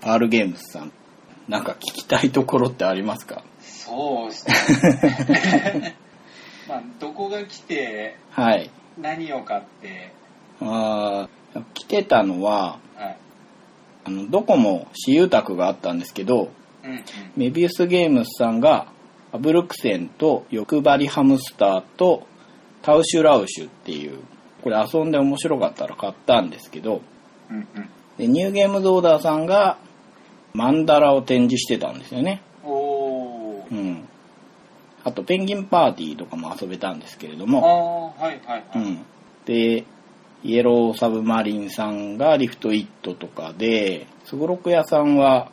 R ゲームズさん、なんか聞きたいところってありますかそうですね。 まあ、どこが来てはい。何を買って、あー来てたのは、はい。あの、ドコモ私有宅があったんですけど、うんうん。メビウスゲームズさんが、ブルクセンと欲張りハムスターとタウシュラウシュっていう、これ遊んで面白かったら買ったんですけど、うんうん。でニューゲームズオーダーさんがマンダラを展示してたんですよね。おーう。ん。あと、ペンギンパーティーとかも遊べたんですけれどあも、あ、はいはいはうい。ん。で、イエローサブマリンさんがリフトイットとかで、すごろく屋さんは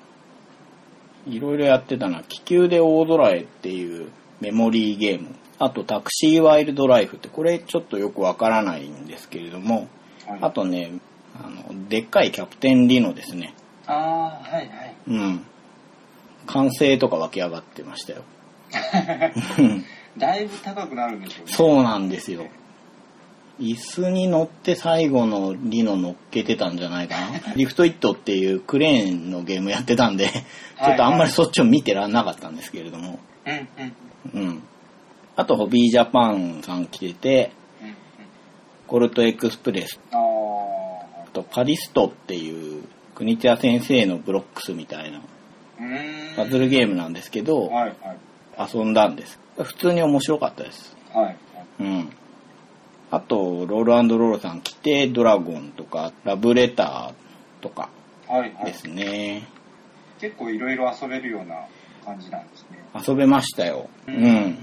いろいろやってたな。気球で大空へっていうメモリーゲーム。あと、タクシーワイルドライフって、これちょっとよくわからないんですけれども、はい、あとね、あの、でっかいキャプテンリノですね。ああ、はいはい。うん。完成とか湧き上がってましたよ。だいぶ高くなるんでしょうね。そうなんですよ。椅子に乗って最後のリノ乗っけてたんじゃないか な。リフトイットっていうクレーンのゲームやってたんで、ちょっとあんまりそっちを見てらんなかったんですけれども。うんうんうんうん。あと、ホビージャパンさん来てて、うんうん。コルトエクスプレスあとパリストっていう、国津屋先生のブロックスみたいなあ、うーん。パズルゲームなんですけど、はいはい。遊んだんです。普通に面白かったです。はいはい。うん。あと、ロールロールさん来て、ドラゴンとか、ラブレターとかはいはでい。すね。結構いろいろ遊べるような感じなんですね。遊べましたよ。う。うん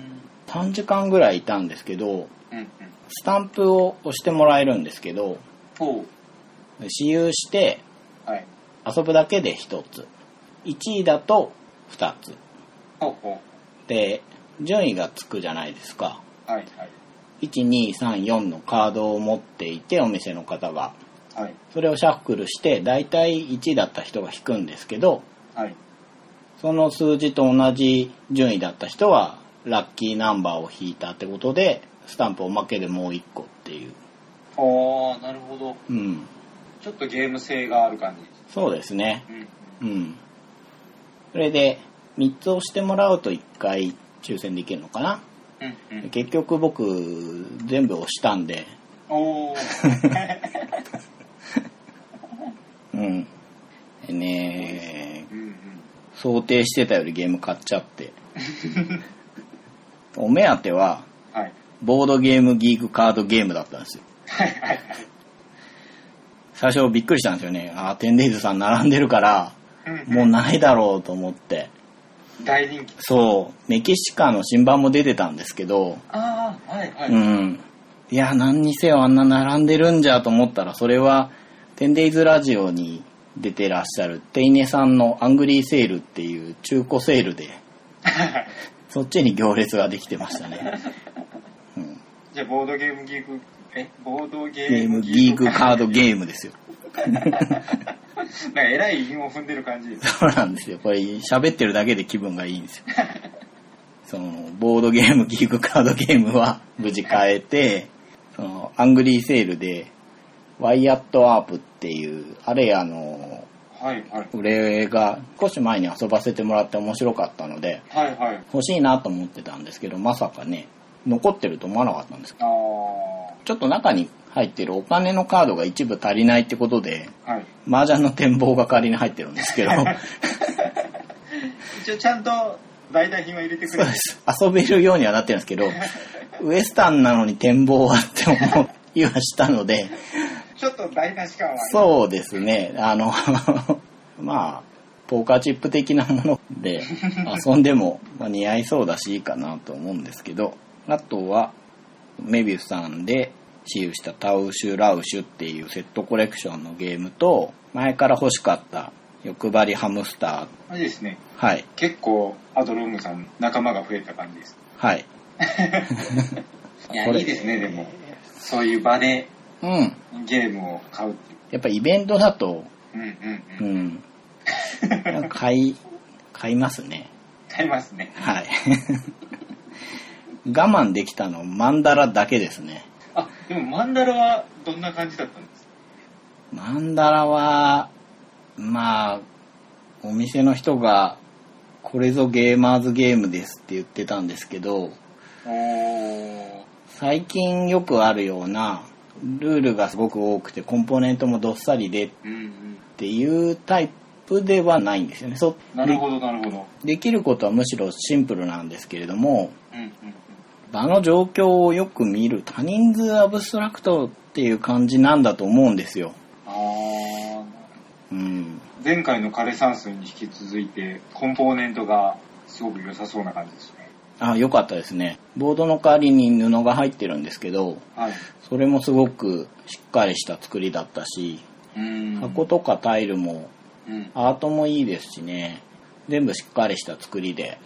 3時間ぐらいいたんですけど、うんうん。スタンプを押してもらえるんですけど、ほ私有してう。はい。遊ぶだけで1つ。1位だと2つ。ほうほで、順位がつくじゃないですか。う。はいはい。 1234のカードを持っていて、お店の方が。はい。それをシャッフルして、だいたい1位だった人が引くんですけど、はい。その数字と同じ順位だった人は、ラッキーナンバーを引いたってことで、スタンプおまけでもう一個っていう。ああ、なるほど。うん。ちょっとゲーム性がある感じです。そうですね。うんうん。うん。それで、3つ押してもらうと1回抽選できるのかな。うんうん。結局僕、全部押したんで、おお。うん。でねうんうん。想定してたよりゲーム買っちゃって。お目当ては、はい。ボードゲームギークカードゲームだったんですよ。はいはいはい。最初びっくりしたんですよね。あー、テンデイズさん並んでるから、うんもうないだろうと思って。大人気。そう、メキシカの新版も出てたんですけど、ああ、はいはい。ううんん。いや、何にせよあんな並んでるんじゃと思ったら、それは、テンデイズラジオに出てらっしゃる、テイネさんのアングリーセールっていう中古セール で、そっちに行列ができてましたね。うん、じゃあ、ボードゲームギーク、え、ボードゲゲーームムギークカードーゲームですよ。ク。なんか、えらい韻を踏んでる感じです。そうなんですよ。これ、喋ってるだけで気分がいいんですよ。 その、ボードゲーム、ギークカードゲームは無事変えて、その、アングリーセールで、ワイヤットアープっていう、あれあの、はいはい。俺が少し前に遊ばせてもらって面白かったので、はいはい。欲しいなと思ってたんですけど、まさかね、残ってると思わなかったんですけああ。ど、ちょっと中に入ってるお金のカードが一部足りないってことで、はい、麻雀の展望が代わりに入ってるんですけど、一応ちゃんと代替品は入れてくそうれでるす。遊べるようにはなってるんですけど、ウエスタンなのに展望はって思いはしたので、ちょっと台無し感はありそうですね、あの、 まあ、ポーカーチップ的なもので遊んでもまあ似合いそうだしいいかなと思うんですけど、あとは、メビウスさんで私有したタウシュラウシュっていうセットコレクションのゲームと、前から欲しかった欲張りハムスター、あれですねはい、結構アドロームさん仲間が増えた感じですはい。いやこれいいですねでもそういう場でうん。ゲームを買うっていやっぱイベントだと、ううんうんううんん。買い、買いますね。買いますねはい。 我慢できたの、マンダラだけですね。あでもマンダラはどんな感じだったんですマンダラは、まあ、お店の人が、これぞゲーマーズゲームですって言ってたんですけど、おー。最近よくあるような、ルールがすごく多くて、コンポーネントもどっさりでっうんうん。ていうタイプではないんですよね。そなるほど、なるほど。できることはむしろシンプルなんですけれども、うんうんうん。場の状況をよく見る多人数アブストラクトっていう感じなんだと思うんですよ。あうー。ん。前回の枯山水に引き続いて、コンポーネントがすごく良さそうな感じですね。あ、よかったですね。ボードの代わりに布が入ってるんですけど、はい。それもすごくしっかりした作りだったし、うん。箱とかタイルもうん。うんアートもいいですしね、全部しっかりした作りで、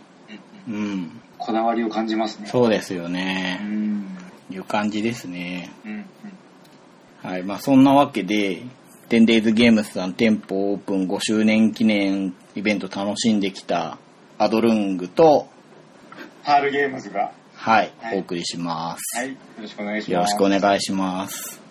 うんうん、こだわりを感じますね。そうですようね、ん。いう感じですね。うんうん。はい、まあそんなわけで、10days ゲームスさん店舗オープン5周年記念イベント楽しんできたアドルングと、パールゲームズが。はい、はいお送りします。はい。よろしくお願いします。よろしくお願いします。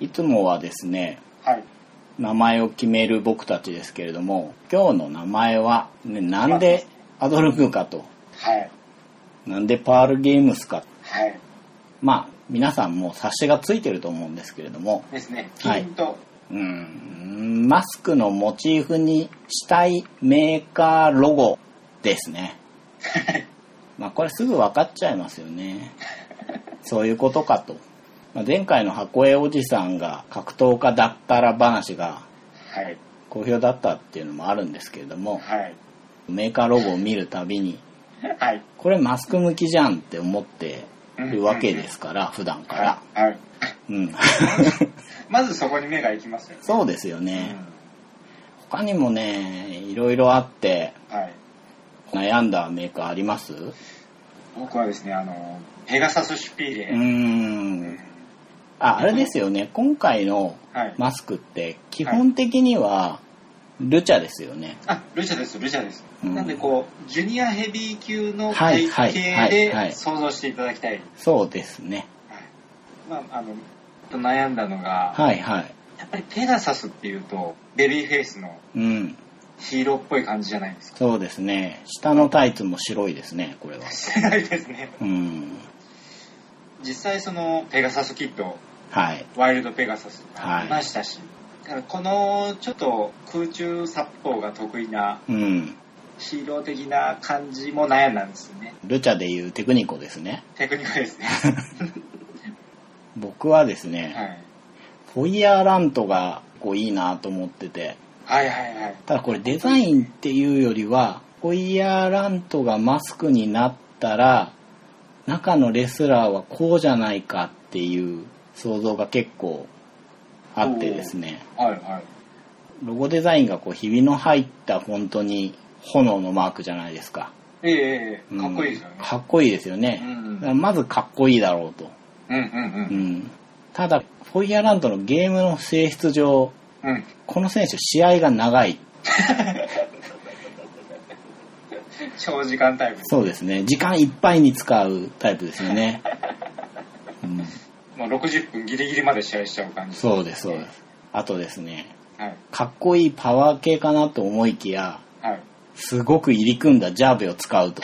いつもはですね、はい。名前を決める僕たちですけれども、今日の名前は、ね、なんでアドルングかと、はい。なんでパールゲームスか、はい。まあ皆さんもう冊子がついてると思うんですけれども、ですね。はい金と。うん、マスクのモチーフにしたいメーカーロゴですね。 まあこれすぐ分かっちゃいますよね。そういうことかと。まあ、前回の箱絵おじさんが格闘家だったら話がはい。好評だったっていうのもあるんですけれども、はい。メーカーロゴを見るたびに、はい。これマスク向きじゃんって思ってるわけですから、普段から。はい。はい。うん。 まずそこに目が行きますよね。そうですよね。他にもね、いろいろあって、うんはい。悩んだメーカーありますう僕はですね、あの、ペガサスシュピーレ。ーん。あ、あれですよね。今回のはい。マスクって、基本的には、ルチャですよね。あ、ルチャです、ルチャです。うんなんでこう、ジュニアヘビー級のはい体はい型はいはいで想像していただきたい。そうですね。はいまあ、あの、ちょっと悩んだのが、はいはい。やっぱりペガサスっていうと、ベビーフェイスのうん。ヒーローっぽい感じじゃないですか。 そうですね。下のタイツも白いですね、これは。してないですね。うん。実際その、ペガサスキット、はい。ワイルドペガサスはいがいましたし、だからこのちょっと空中殺法が得意なうん。ヒーロー的な感じも悩んだんですよね。ルチャでいうテクニコですね。テクニック ですね。僕はですね、はい。フォイヤーラントがこういいなと思ってて、はいはいはい。ただこれデザインっていうよりは、ホイヤーラントがマスクになったら、中のレスラーはこうじゃないかっていう想像が結構あってですね、はいはい。ロゴデザインがこうひびの入ったフォントに炎のマークじゃないですか。えええうえんかっこいいですよね。かっこいいですようね。んだからまずかっこいいだろうと。うんうんううん。ん、ただ、フォイヤーランドのゲームの性質上、うん。この選手、試合が長い。長時間タイプ。そうですね。時間いっぱいに使うタイプですよ ね。うん、もう60分ギリギリまで試合しちゃう感じ。そうです、そうです。あとですね、はい。かっこいいパワー系かなと思いきや、はい。すごく入り組んだジャーベを使 うと。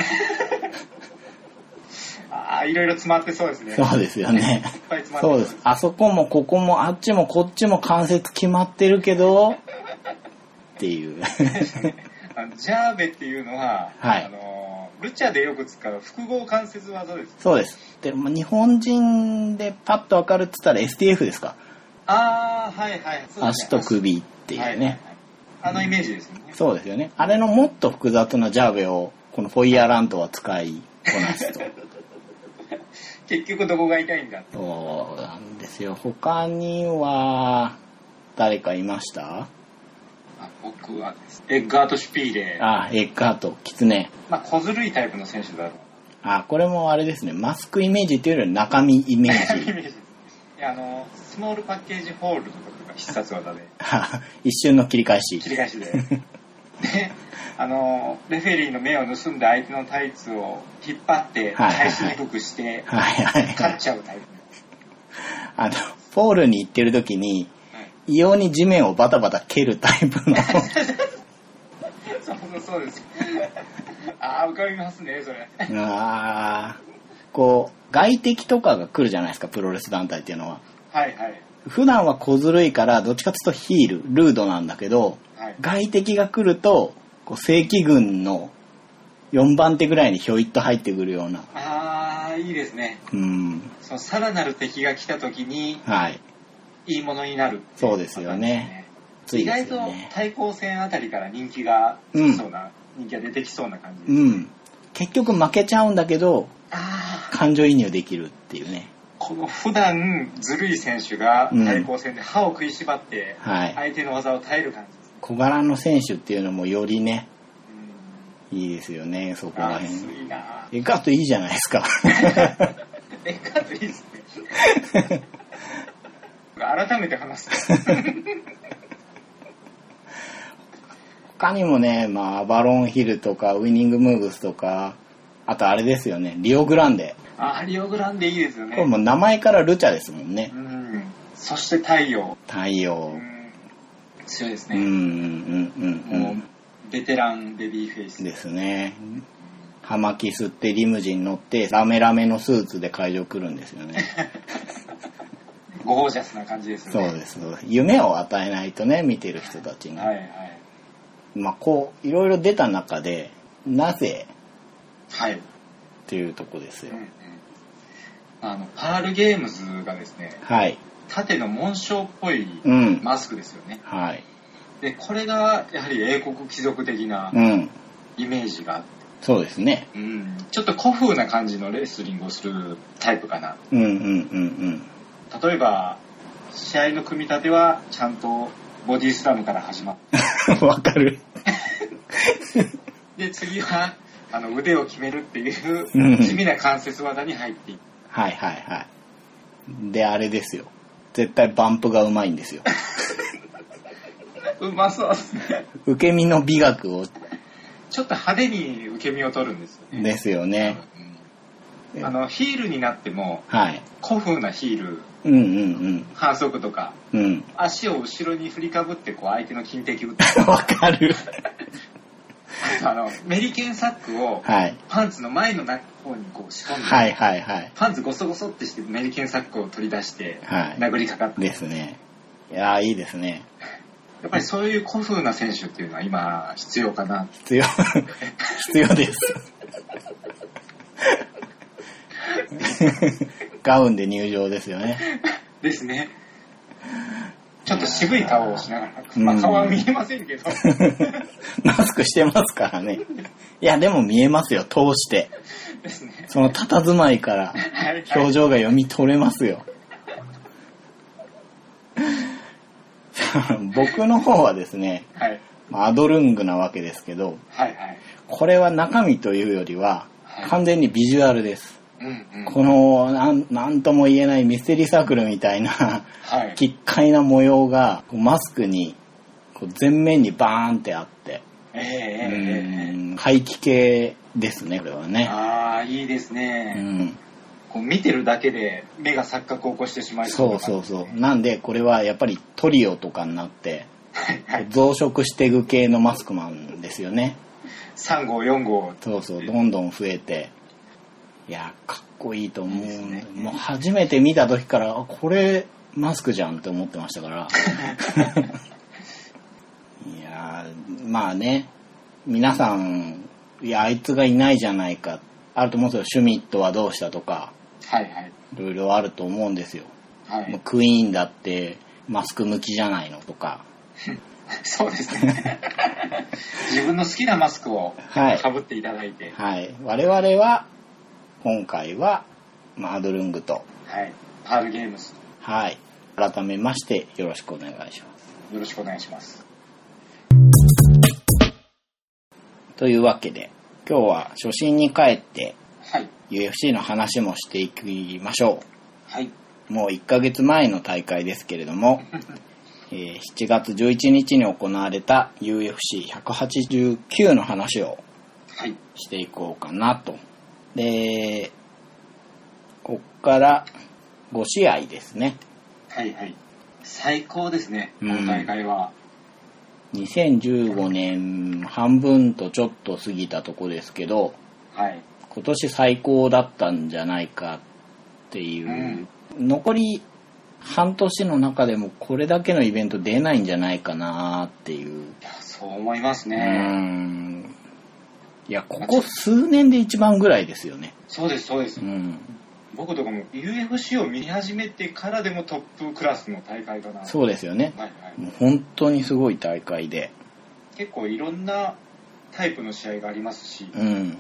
ああ、いろいろ詰まってそうですね。いっそうですよね。ぱい詰そまってうです。あそこもここもあっちもこっちも関節決まってるけど、って いう。あのジャーベっていうのは、はいあのールチャでよく使う複合関節技です。そうです。で、まあ日本人でパッとわかるっつったら STF ですか。ああ、はいはい。そうで足すねと首っていうね。はいはいはいあのイメージですよね。そうですよね。あれのもっと複雑なジャーベをこのフォイヤーラントは使いこなすと。結局どこが痛いんだって。そうなんですよ。他には、誰かいましたあ僕はですエッガート・シュピーレ。あ、エッカート、キツネ。まあ、小ずるいタイプの選手だろう。あ、これもあれですね。マスクイメージというよりは中身イメー イジ。メージですいやあの、スモールパッケージホールドとかが必殺技で、あ一瞬の切り返し切。り返 しで。で、あの、レフェリーの目を盗んで相手のタイツを引っ張って、はいはいはい返しにくくして、はいはいは勝いっ。ちゃうタイプ。あの、ポールに行ってる時に、はい異様に地面をバタバタ蹴るタイプの。そうそうそうです。 ああ、浮かびますね、それ。あーこう、外敵とかが来るじゃないですか、プロレス団体っていうのは。はいはい。普段は小ずるいから、どっちかっていうとヒール、ルードなんだけど、はい。外敵が来ると、こう正規軍の4番手ぐらいにひょいっと入ってくるような。ああ、いいですね。うん。そのさらなる敵が来た時に、はい。いいものになるっていそうですよねパつターンですね。い意で外すよとね。対抗戦あたりから人気がつきそうな、人気が出てきそうな感じです。うん。結局負けちゃうんだけど、ああ、感情移入できるっていうね。この普段ずるい選手がうん対抗戦で歯を食いしばって、はい。相手の技を耐える感じです。小柄の選手っていうのもよりね、うんいいですよね、そこあらあ、辺。いいな。エカートいいじゃないです か。え、カートいい ですね。改めて話すと。 他にもね、まあ、アバロンヒルとか、ウィニングムーブスとか、あとあれですよね、リオグランデ。あーリオグランデいいですよこねれ。もう名前からルチャですもんねう。ん。そして太陽。太う陽。ん。強いですうんうね。んうんうんうもん。う、ベテランベビーフェイス。ですね。葉巻吸ってリムジン乗って、ラメラメのスーツで会場来るんですよ ね。ゴージャスな感じですよそね。うです。そうです夢を与えないとね、見てる人たちに。はいはい。まあ、こう、いろいろ出た中で、なぜはい。っていうとこですようんう。んあの、パールゲームズがですね、はい。縦の紋章っぽいうん。マスクですよね。はい。で、これがやはり英国貴族的なうん。イメージがあって、そうですね。うん、ちょっと古風な感じのレスリングをするタイプかな。うんうんうん例えば、試合の組み立てはちゃんとボディスラムから始まっうん。 わかる。て、で、次は、あの、腕を決めるっていううん地味な関節技に入っていく。はいはいはい。で、あれですよ。絶対バンプがうまいんですよ。うまそうですね。受け身の美学を、ちょっと派手に受け身を取るんですよね。ですよね。うんあの、ヒールになっても、はい。古風なヒール、うんうん反則とか、うん。うん。 足を後ろに振りかぶって、こう、相手の金敵打って、わかる。あの、メリケンサックをはい。パンツの前の方にこう仕込んで、はいはいはい。パンツゴソゴソってしてメリケンサックを取り出して、は殴りかかって、い。ですね。いやーいいですね。やっぱりそういう古風な選手っていうのは今必要かな。必要、 必要です。 ガウンで入場ですよね。 ですね。ちょっと渋い顔をしながら、まうあん顔は見えません けど、マスクしてますからね。いや、でも見えますよ、通して。ですね。その佇まいから。はい、表情が読み取れますよ。 僕の方はですね、はい、まあアドルングなわけですけど、はい、はい。これは中身というよりは、はい完全にビジュアルです。うんうん。このなん、なんとも言えないミステリーサークルみたいな、 はい。奇怪な模様が、こうマスクに、こう全面にバーンってあって、ええうえええん、怪奇系ですね、これはえね。ああ、いいですうね、んこう見てるだけで目が錯覚を起こしてしまいそうな感そうじそう。なんで、これはやっぱりトリオとかになって、はいはい。増殖していく系のマスクマンですよね。 3号、4号。そうそう、どんどん増えて。いや、かっこいいと思う。いいですねもう初めて見た時から、あこれ、マスクじゃんって思ってました から。いやー、まあね、皆さん、いや、あいつがいないじゃないか。あると思うんですよ。シュミットはどうしたとか、はいはい。いろいろあると思うんですよ。はもうい。クイーンだってマスク向きじゃないのとかそうで すね。自分の好きなマスクをはいかぶっていただいて、はい。我々は、今回は、まあアドルングと、はい。パールゲームス、はい。改めまして、よろしくお願いします。よろしくお願いします。というわけで、今日は初心に帰って、はい。 UFC の話もしていきましょはい。う。もう1ヶ月前の大会ですけれども、えー7月11日に行われた UFC189 の話をはい。していこうかなと。で、こっから5試合ですね。はい。はい。最高ですね、うこんの大会は。 2015年半分とちょっと過ぎたとこですけど、はい。今年最高だったんじゃないかっていう、残り半年の中でもこれだけのイベント出ないんじゃないかなっていう、いや、そう思いますうね。んいやここ数年で一番ぐらいですよねそうです、そうですう。ん僕とかも UFC を見始めてからでもトップクラスの大会だな。そうですよねはいはい。もう本当にすごい大会で結構いろんなタイプの試合がありますし、うん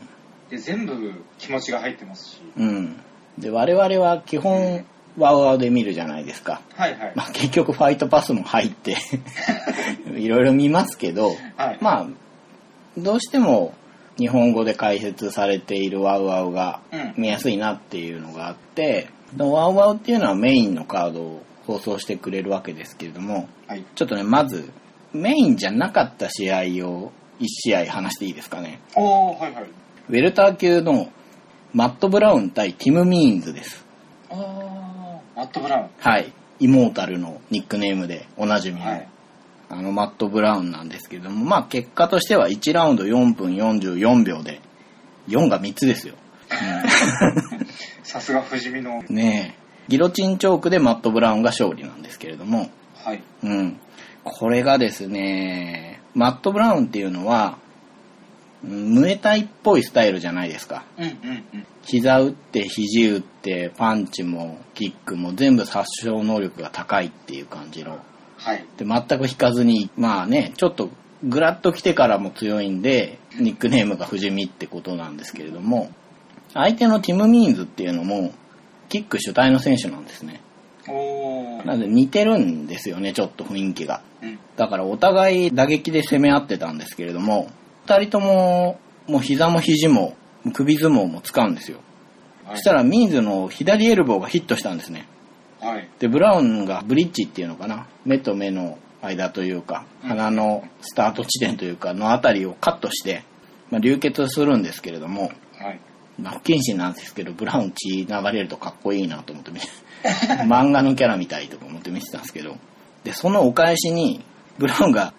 で全部気持ちが入ってますし。うんで我々は基本ワウワウで見るじゃないですかはいはい。まあ、結局ファイトパスも入って いろいろ見ますけどはい。まあどうしても日本語で解説されているワウワウがうん。見やすいなっていうのがあってそのワウワウっていうのはメインのカードを放送してくれるわけですけれどもはい。ちょっとねまずメインじゃなかった試合を1試合話していいですかねおー、はいはい。ウェルター級のマット・ブラウン対ティム・ミーンズですあー、マット・ブラウン。はいイモータルのニックネームでおなじみの、はい。あのマット・ブラウンなんですけれども、まあ、結果としては1ラウンド4分44秒で4が3つですよ、さすが不死身の。ねえギロチンチョークでマット・ブラウンが勝利なんですけれども、はい。うん、これがですねマット・ブラウンっていうのはうんムエタイっぽいスタイルじゃないですかうんうんうん。膝打って肘打ってパンチもキックも全部殺傷能力が高いっていう感じのはい。で全く引かずにまあねちょっとグラッと来てからも強いんでニックネームが不死身ってことなんですけれども相手のティム・ミーンズっていうのもキック主体の選手なんですねおー。なので似てるんですよねちょっと雰囲気がうん。だからお互い打撃で攻め合ってたんですけれども2人とももう膝も肘も首相撲も使うんですよはそいしたらミーンズの左エルボーがヒットしたんですねはい。でブラウンがブリッジっていうのかな目と目の間というかうん鼻のスタート地点というかのあたりをカットして、まあ、流血するんですけれども、はい。まあ、不謹慎なんですけどブラウン血流れるとかっこいいなと思って見 て漫画のキャラみたいとか思って見てたんですけどでそのお返しにブラウンが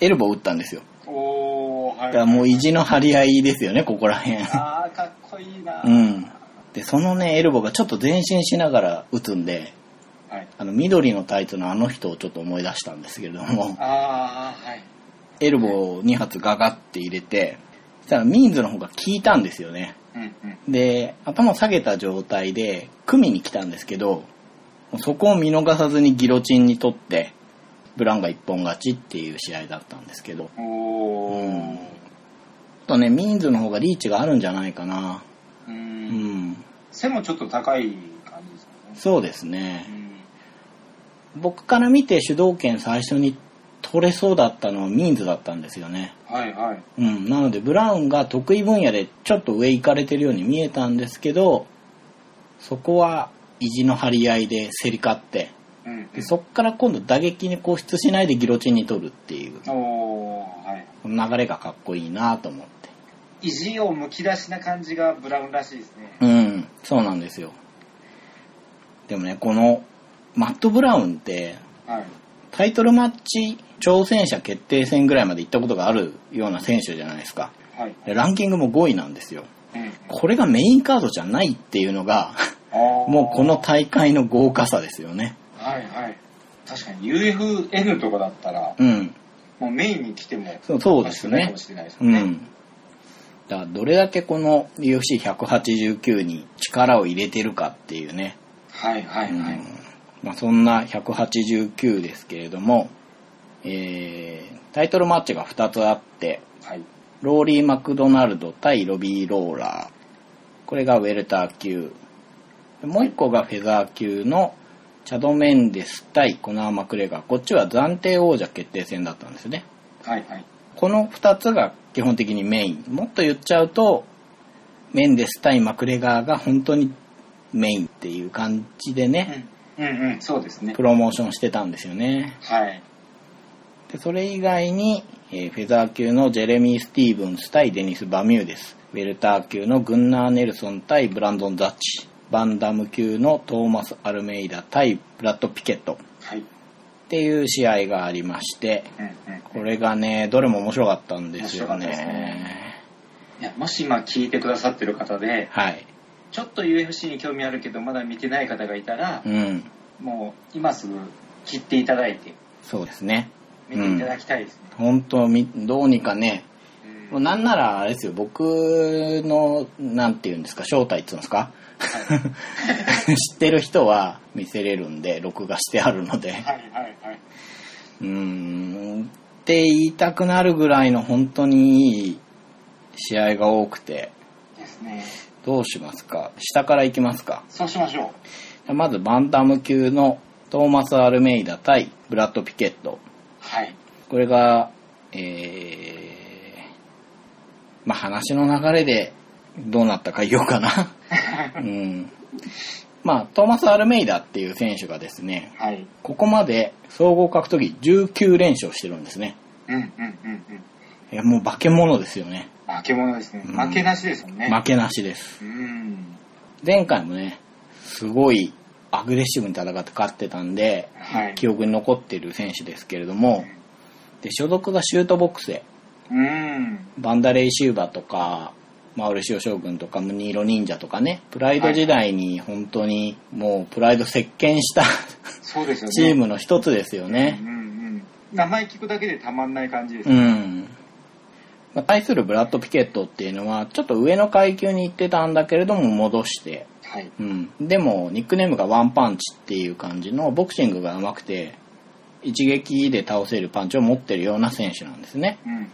エルボー打ったんですよおー、はだい。からもう意地の張り合いですよねここら辺あー、かっこいいな。うんでそのねエルボーがちょっと前進しながら打つんではい。あの緑のタイツのあの人をちょっと思い出したんですけれどもあー、はい。エルボーを2発ガガって入れてそしたらミーンズの方が効いたんですよねうんうん。で頭下げた状態で組みに来たんですけどそこを見逃さずにギロチンに取ってブランが一本勝ちっていう試合だったんですけどちょおー。っとねミーンズの方がリーチがあるんじゃないかなう。うんん背もちょっと高い感じですそうですかねね。僕から見て主導権最初に取れそうだったのはミーンズだったんですよねうん。はいはい。うん、なのでブラウンが得意分野でちょっと上行かれてるように見えたんですけどそこは意地の張り合いで競り勝ってうんうん。でそっから今度打撃に固執しないでギロチンに取るっていうおー、はい。この流れがかっこいいなと思って意地をむき出しな感じがブラウンらしいですね。うんそうなんですよでもねこのマット・ブラウンってはい。タイトルマッチ挑戦者決定戦ぐらいまで行ったことがあるような選手じゃないですかはい。でランキングも5位なんですようんこれがメインカードじゃないっていうのが もうこの。大会の豪華さですよね。あーはいはい。確かに UFN とかだったら、うん。もうメインに来ても、そうそうですおかしくないかねも。しれないですようね。ん。だからどれだけこの UFC189 に力を入れてるかっていうね。はいはういんはい。まあ、そんな189ですけれども、えー、タイトルマッチが2つあって、はい。ローリー・マクドナルド対ロビー・ローラー。これがウェルター級。もう一個がフェザー級のチャド・メンデス対コナー・マクレガー。こっちは暫定王者決定戦だったんですね。はいはい。この2つが基本的にメイン。もっと言っちゃうと、メンデス対マクレガーが本当にメインっていう感じでね、うん。うんうん、そうですねプ。ロモーションしてたんですよね。はい。でそれ以外に、えーフェザー級のジェレミー・スティーブンス対デニス・バミューデスウェルター級のグンナー・ネルソン対ブランドン・ザッチバンダム級のトーマス・アルメイダ対ブラッド・ピケットはい。っていう試合がありましてうんうん。これがねどれも面白かったんですよ面白かったですねねいや、もし今聞いてくださってる方で、はいちょっと UFC に興味あるけど、まだ見てない方がいたらう、んもう今すぐ切っていただいて、そうですね見ていただきたいですね。本当みどうにかねうんもうなんならあれですよ僕のなんて言うんですか正体って言うんですかはい 知ってる人は見せれるんで録画してあるのではいはいはい。うーんって言いたくなるぐらいの本当にいい試合が多くてですね。どうしますか下からいきますかそうしましょまずバンタム級のトーマス・アルメイダ対ブラッド・ピケットう。はい。これがえーまあ話の流れでどうなったか言おうか なうんまあトーマス・アルメイダっていう選手がですね、はい。ここまで総合格闘技19連勝してるんですね。うんうんうんうん。いや、もう化け物ですよね。化け物ですね。うん負けなしですもんね。負けなしです。うん。前回もね、すごいアグレッシブに戦って勝ってたんで、はい。記憶に残ってる選手ですけれども、で、所属がシュートボックスで、うん。バンダレイシューバとか、マウルシオ将軍とか、ムニーロ忍者とかね、プライド時代に本当にもうプライド席巻したそうですよね。チームの一つですよね。うんうん。名前聞くだけでたまんない感じですうね。ん。まあ、対するブラッド・ピケットっていうのは、ちょっと上の階級に行ってたんだけれども、戻して。はい。うん。でも、ニックネームがワンパンチっていう感じの、ボクシングが上手くて、一撃で倒せるパンチを持ってるような選手なんですね。うんうんうん。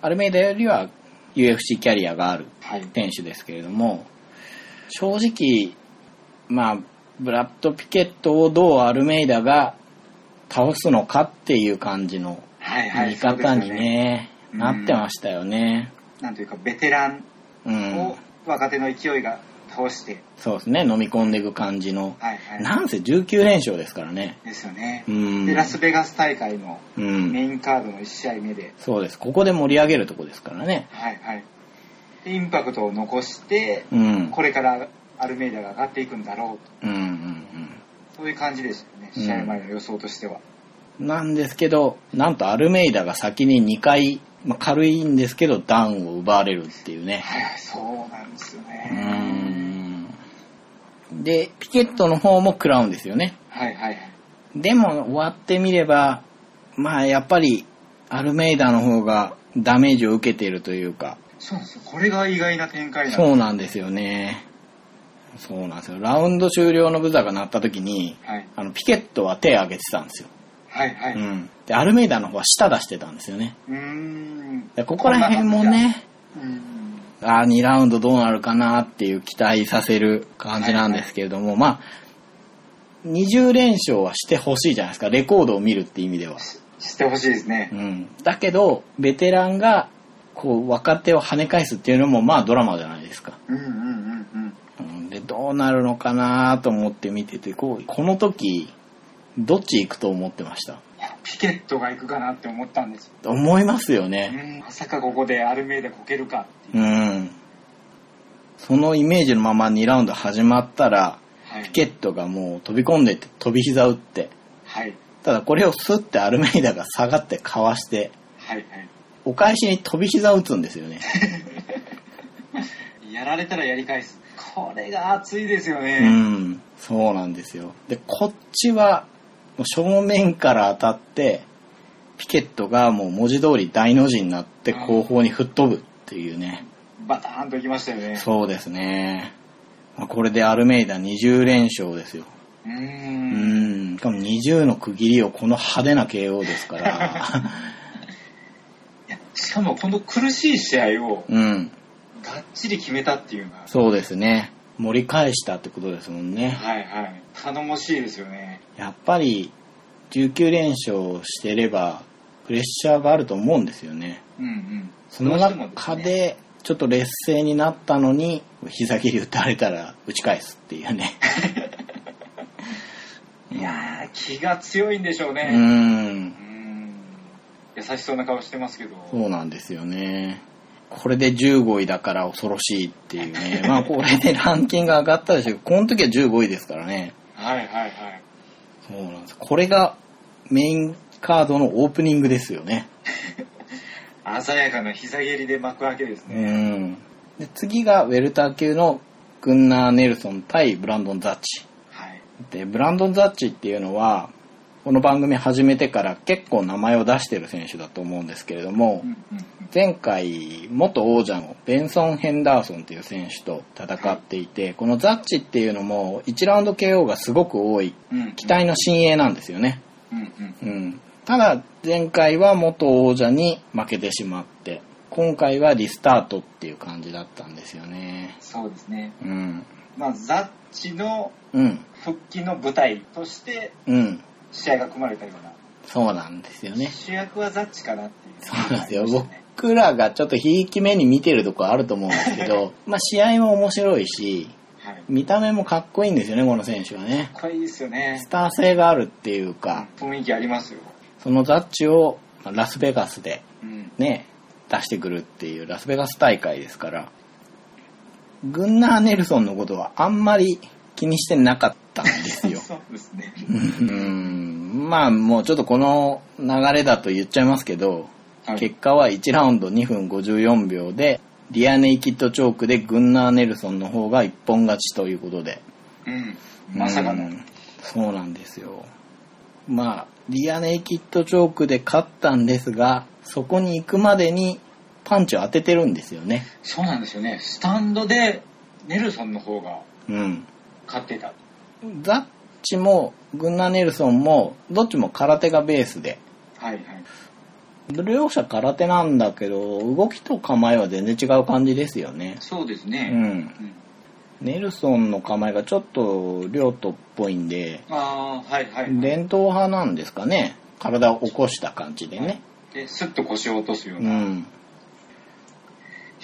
アルメイダよりは UFC キャリアがあるはい。選手ですけれども、正直、まあ、ブラッド・ピケットをどうアルメイダが倒すのかっていう感じのはいはい。見方にそうですよね,、。うんなってましたよね。なんというか、ベテランうんを。若手の勢いが倒して。そうですね、飲み込んでいく感じの。はいはなんせ19連勝ですからね。い。ですよねう。んで、。ラスベガス大会のうメん。インカードの1試合目で。そうです。ここで盛り上げるとこですからね。はいはい。で、インパクトを残して、うん。これからアルメイダが上がっていくんだろううんうんと。そういう感じでしたよね。うん試合前の予想としては。うん。なんですけど、なんとアルメイダが先に2回、まあ、軽いんですけど、ダウンを奪われるっていうね。はいはい、そうなんですようね。ん。で、ピケットの方も食らうんですよね。はいはいはい。でも終わってみれば、まあやっぱりアルメイダの方がダメージを受けているというか、そうなんですよ。これが意外な展開なんですそうなんですよね。そうなんですよ。ラウンド終了のブザーが鳴った時に、はい。あの、ピケットは手を挙げてたんですよ。。はいはいうん。で、アルメイダの方は舌出してたんですよね。うーん。でここら辺もね、うーん。あー2ラウンドどうなるかなっていう期待させる感じなんですけれども、まあ、20連勝はしてほしいじゃないですか。レコードを見るって意味では。してほしいですねう。ん、だけどベテランがこう若手を跳ね返すっていうのもまあドラマじゃないですか、うんうんうんうん。うん、でどうなるのかなと思って見ててこうこの時どっち行くと思ってましたいや、ピケットが行くかなって思ったんですよ。思いますようねん。まさかここでアルメイダこけるかっていう。うんそのイメージのまま2ラウンド始まったらはい。ピケットがもう飛び込んでって飛び膝打ってはい。ただこれをスッてアルメイダが下がってかわしてはいはお返しに飛び膝打つんですよねい。やられたらやり返す。これが熱いですようね。ん、そうなんですよ。で、こっちは、もう正面から当たって、ピケットがもう文字通り大の字になってうん後方に吹っ飛ぶっていうね。バターンと行きましたよね。そうですね。まあこれでアルメイダ20連勝ですよ。うー。うんん。しかも20の区切りをこの派手な KO ですから、 しかもこの苦しい試合をうん、がっちり決めたっていうのは、そうですね。盛り返したってことですもんね。はいはい、頼もしいですよね。やっぱり19連勝してればプレッシャーがあると思うんですよね。うんうん。そのどうして中もすねでちょっと劣勢になったのに膝切り打たれたら打ち返すっていうね。いやー、気が強いんでしょううね。んう。ん。優しそうな顔してますけど。そうなんですよね。これで15位だから恐ろしいっていうね。まあこれでランキング上がったでしょうけど、この時は15位ですからね。はいはいはい。そうなんです。これがメインカードのオープニングですよね。鮮やかな膝蹴りで巻くわけですうね。ん。で次がウェルター級のグンナー・ネルソン対ブランドン・ザッチ。はい。で、ブランドン・ザッチっていうのは、この番組始めてから結構名前を出してる選手だと思うんですけれども、うんうん前回元王者のベンソン・ヘンダーソンという選手と戦っていてこのザッチっていうのも1ラウンド KO がすごく多いうん。うん期。待の新鋭なんですよね、うんうん。うん、ただ前回は元王者に負けてしまって今回はリスタートっていう感じだったんですよねそうですね。うんまあ、ザッチのうん復帰の舞台としてうん試合が組まれたような。そうなんですよね主役はザッチかなっていう。そうなんですよ。ありましたね僕らがちょっとひいき目に見てるとこあると思うんですけ ど、まあ試合も面白いし、はい。見た目もかっこいいんですよね、この選手はね。これいいですよねス。ター性があるっていうか、雰囲気ありますよ。そのザッチをまあラスベガスでうん。ね、出してくるっていうラスベガス大会ですから、グンナー・ネルソンのことはあんまり気にしてなかったんです よ。そうですね。うん、まあもうちょっとこの流れだと言っちゃいますけど、はい結果は1ラウンド2分54秒で、リアネイキッドチョークでグンナー・ネルソンの方が一本勝ちということで。うん。まさかうの。んそうなんですよまあリアネイキッドチョークで勝ったんですがそこに行くまでにパンチを当ててるんですよねそうなんですよね。スタンドで、ネルソンの方がうん勝ってた。ザッチもグンナー・ネルソンもどっちも空手がベースではいはい。両者空手なんだけど動きと構えは全然違う感じですよねそうですうね。んうん。ネルソンの構えがちょっと両斗っぽいんでああ、はいはい、はい。伝統派なんですかね体を起こした感じでねで、スッと腰を落とすよううな。いん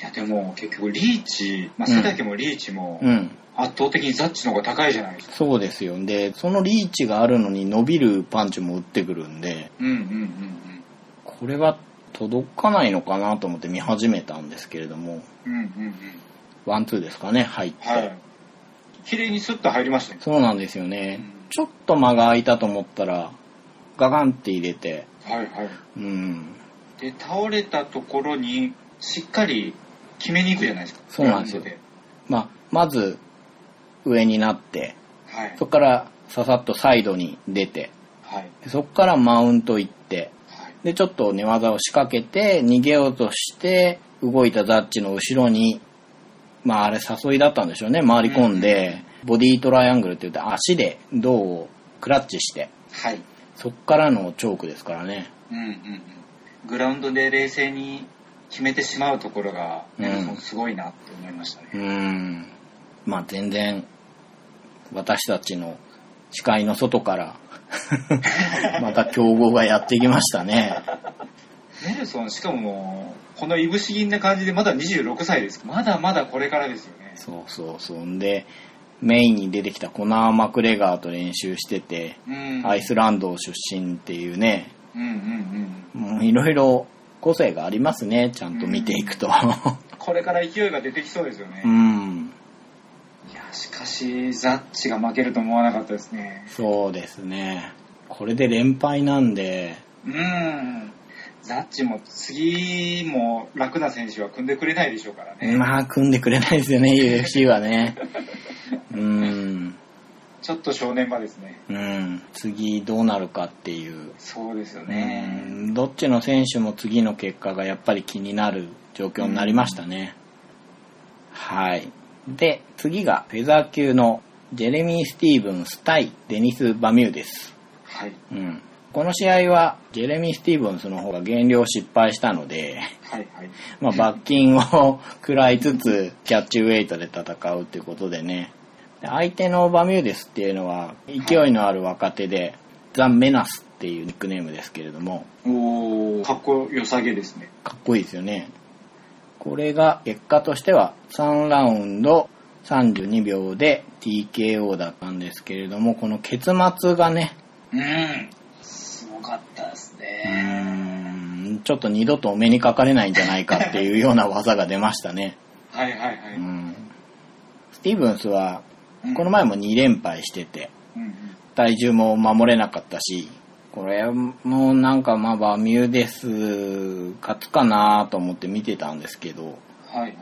や、でも結局リーチ、まあ、背丈もリーチもうん圧倒的にザッチの方が高いじゃないですか。そうですよ。で、そのリーチがあるのに伸びるパンチも打ってくるんで、うんうんうんうん。これは届かないのかなと思って見始めたんですけれども、うんうんうん。ワンツーですかね、入って。はい。綺麗にスッと入りましたね。そうなんですよねうん。ちょっと間が空いたと思ったら、ガガンって入れて、はいはい。うん、で、倒れたところに、しっかり決めに行くじゃないですか。そうなんですよグラウンまあ、まず上になって、ドではいそ。こからささっとサイドに出て、はい。そこからマウント行って、はい。で、ちょっと寝技を仕掛けて、逃げようとして、動いたザッチの後ろに、まああれ誘いだったんでしょうね、回り込んで、ボディートライアングルって言って足で胴をクラッチして、はい。そっからのチョークですからね。うんうんうん。グラウンドで冷静に決めてしまうところが、うんネルソンすごいなって思いましたね。うーん。まあ全然、私たちの視界の外 から、また強豪がやってきましたね。ネルソン、しかももう、このいぶし銀な感じで、まだ26歳です。まだまだこれからですよね。そうそうそう。んで、メインに出てきたコナー・マクレガーと練習してて、うん。アイスランド出身っていうね、うんうんうん。もういろいろ個性がありますね、ちゃんと見ていくと。これから勢いが出てきそうですよね。うん、いや、しかし、ザッチが負けると思わなかったですね。そうですね。これで連敗なんで、うん。ザッチも次も楽な選手は組んでくれないでしょうからね。まあ組んでくれないですよね、UFC はね。うん、ちょっと正念場ですね。うん、次どうなるかっていう。そうですようね。んどっちの選手も次の結果がやっぱり気になる状況になりましたね。はい。で、次がフェザー級のジェレミー・スティーブンス対デニス・バミューです。はい。うん。この試合は、ジェレミー・スティーブンスの方が減量失敗したので、 はい。はい。まあ、罰金を食らいつつ、キャッチウェイトで戦うってことでね。で相手のバミューデスっていうのは、勢いのある若手で、ザ・メナスっていうニックネームですけれども、おー、かっこよさげですね。かっこいいですよね。これが結果としては3ラウンド32秒で TKO だったんですけれども、この結末がね、うん。すごかったですうね。ーんちょっと二度とお目にかかれないんじゃないかっていうような技が出ましたね。はいはいはうい。んスティーブンスはうんこの前も2連敗してて、うんうん。体重も守れなかったし、これもなんかまあバミューデス勝つかなと思って見てたんですけど、はいはい。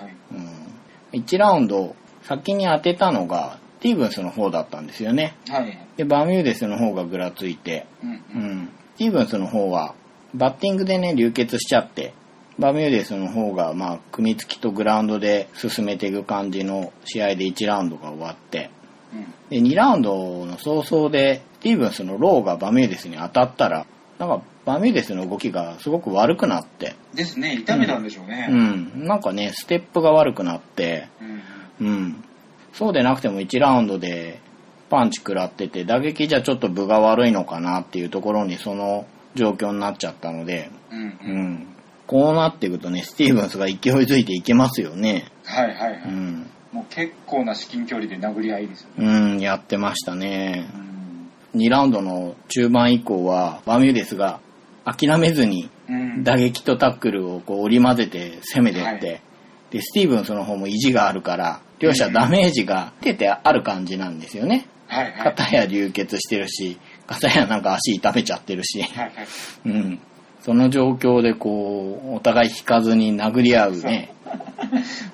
うん、1ラウンド先に当てたのがスティーブンスの方だったんですよね。はいはい。で、バミューデスの方がぐらついて、うんう。うんん、スティーブンスの方はバッティングでね流血しちゃってバミューデスの方がまあ組みつきとグラウンドで進めていく感じの試合で1ラウンドが終わってうん。で2ラウンドの早々でスティーブンスのローがバミューデスに当たったらなんかバミューデスの動きがすごく悪くなって、ですね。痛めたんでしょううね。ん、なんかねステップが悪くなってうん。うん。うん。そうでなくても1ラウンドでパンチ食らってて、打撃じゃちょっと分が悪いのかなっていうところにその状況になっちゃったので、うんううん。ん。こうなっていくとね、スティーブンスが勢いづいていけますよね。はいはいうはい。ん。もう結構な至近距離で殴り合いですよね。うん、やってましたねう。ん。 2ラウンドの中盤以降は、バミューデスが諦めずにうん。打撃とタックルをこう織り交ぜて攻めてって、はで、スティーブンスの方も意地があるから、両者ダメージが出てある感じなんですよね。はいはい。片や流血してるし、片やなんか足痛めちゃってるし、はいはい。うん。その状況でこう、お互い引かずに殴り合うね。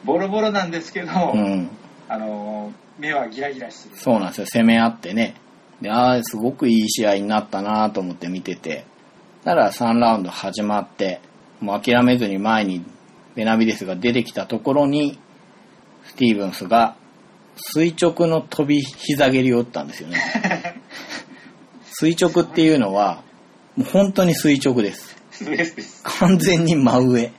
ボロボロなんですけど、うん。あのー目はギラギラしてる。そうなんですよ。攻め合ってね。で、ああ、すごくいい試合になったなと思って見てて。たら3ラウンド始まって、もう諦めずに前にベナビデスが出てきたところに、スティーブンスが垂直の飛び膝蹴りを打ったんですよね。垂直っていうのは、もう本当に垂直です。スレスです。完全に真上。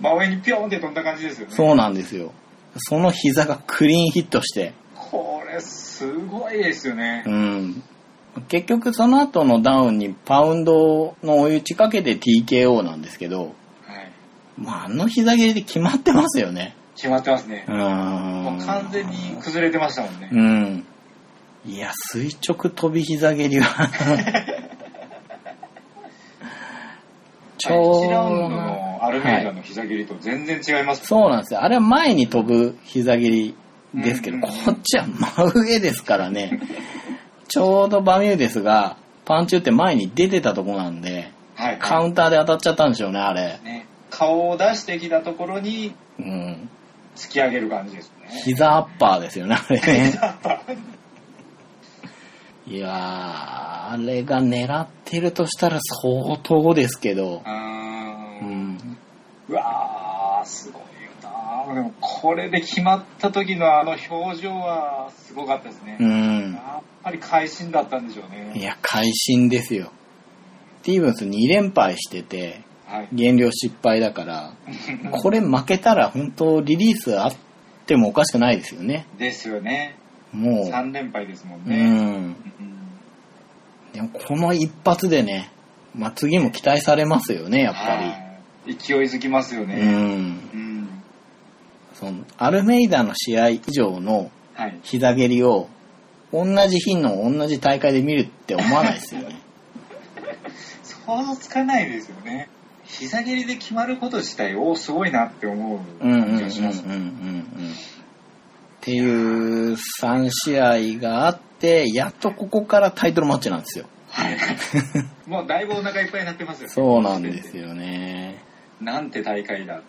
真上にピョーンって飛んだ感じですよね。そうなんですよ。その膝がクリーンヒットして、これ、すごいですよねう。ん。結局その後のダウンにパウンドの追い打ちかけて TKO なんですけど、はい。まあ、あの膝蹴りで決まってますよね。決まってますねう。もんう。完全に崩れてましたもんね。。うん。いや、垂直飛び膝蹴りは1ラウンドのアルメイダの膝蹴りと全然違います。そうなんですよ。あれは前に飛ぶ膝蹴りですけど、うんこっちは真上ですからね。ちょうどバミューデスがパンチ打って前に出てたとこなんで、はい。カウンターで当たっちゃったんでしょうね、あれ。ね、顔を出してきたところにうん。突き上げる感じですね。膝アッパーですよね、あれ ね。やっぱいやー、あれが狙ってるとしたら相当ですけど、あうーん。うわー、すごいよなでも、これで決まった時のあの表情はすごかったですね。うん。やっぱり会心だったんでしょういね。や、会心ですよ。スティーブンス2連敗してて、はい。 減量失敗だから、これ負けたら本当リリースあってもおかしくないですよね。ですよね。も3連敗ですもんう。うね。ん。うんでもこの一発でね、まあ、次も期待されますよね、やっぱはい勢いづきますより。ね。うん。うん。その、アルメイダの試合以上のはい。膝蹴りを、同じ日の同じ大会で見るって思わないですよね。想像つかないですよね。膝蹴りで決まること自体、おーすごいなって思う うんうんうんうんうん感じがします。うん。っていう3試合があって、やっとここからタイトルマッチなんですよ。はい。 もうだいぶお腹いっぱいになってますよね。そうなんです。よね。なんて大会だ。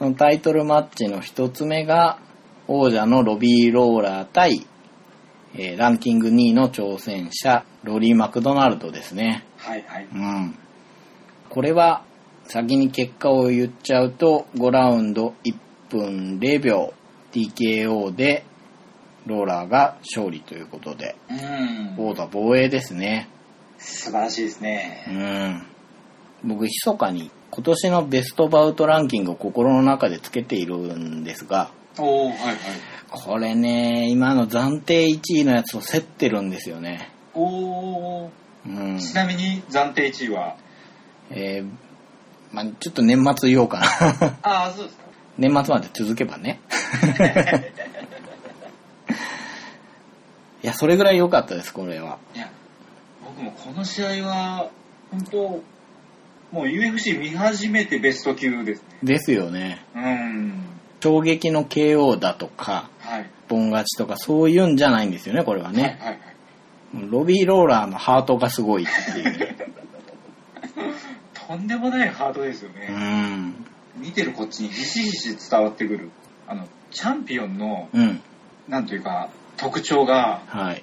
そのタイトルマッチの一つ目が、王者のロビー・ローラー対、えーランキング2位の挑戦者、ロリー・マクドナルドですね。はいはい。うん。これは、先に結果を言っちゃうと、5ラウンド1分0秒 TKO で、ローラーが勝利ということで、うん。王座防衛ですね。素晴らしいですうね。ん。僕、密かに今年のベストバウトランキングを心の中でつけているんですが、おおはいはい。これね、今の暫定1位のやつと競ってるんですよね。おおうん。ちなみに暫定1位はえー、まあちょっと年末言おうかな。ああ、そうですか。年末まで続けばね。 いや、それぐらい良かったです、これは。いや、僕もこの試合は、本当もう UFC 見始めてベスト級ですね。ですよね。うん。衝撃の KO だとか、はい。一本勝ちとかそういうんじゃないんですよね、これはね。はいはい。ロビーローラーのハートがすごいっていうね。とんでもないハードですよね。うん。見てるこっちにひしひし伝わってくるあのチャンピオンのうん。なんというか特徴がはい。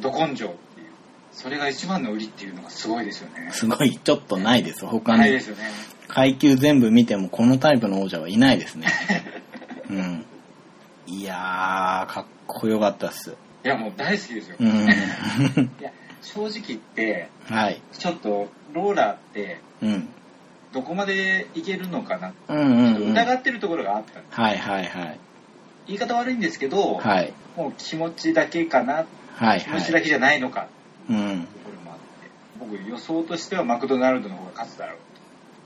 ど根性っていうそれが一番の売りっていうのがすごいですよねすごい、ちょっとないです。他ないにですよね階級全部見てもこのタイプの王者はいないですね。うん。いやー、かっこよかったっす。いやもう大好きですよ、ういん。や正直言ってはい。ちょっとローラーってうん。どこまでいけるのかなうんうん、うん。は疑いってるところがあったはいはい。言い方悪いんですけど、はい。もう気持ちだけかなはい気持はちだい。けじゃないのかうんって。ところもあって僕予想としてはマクドナルドの方が勝つだろう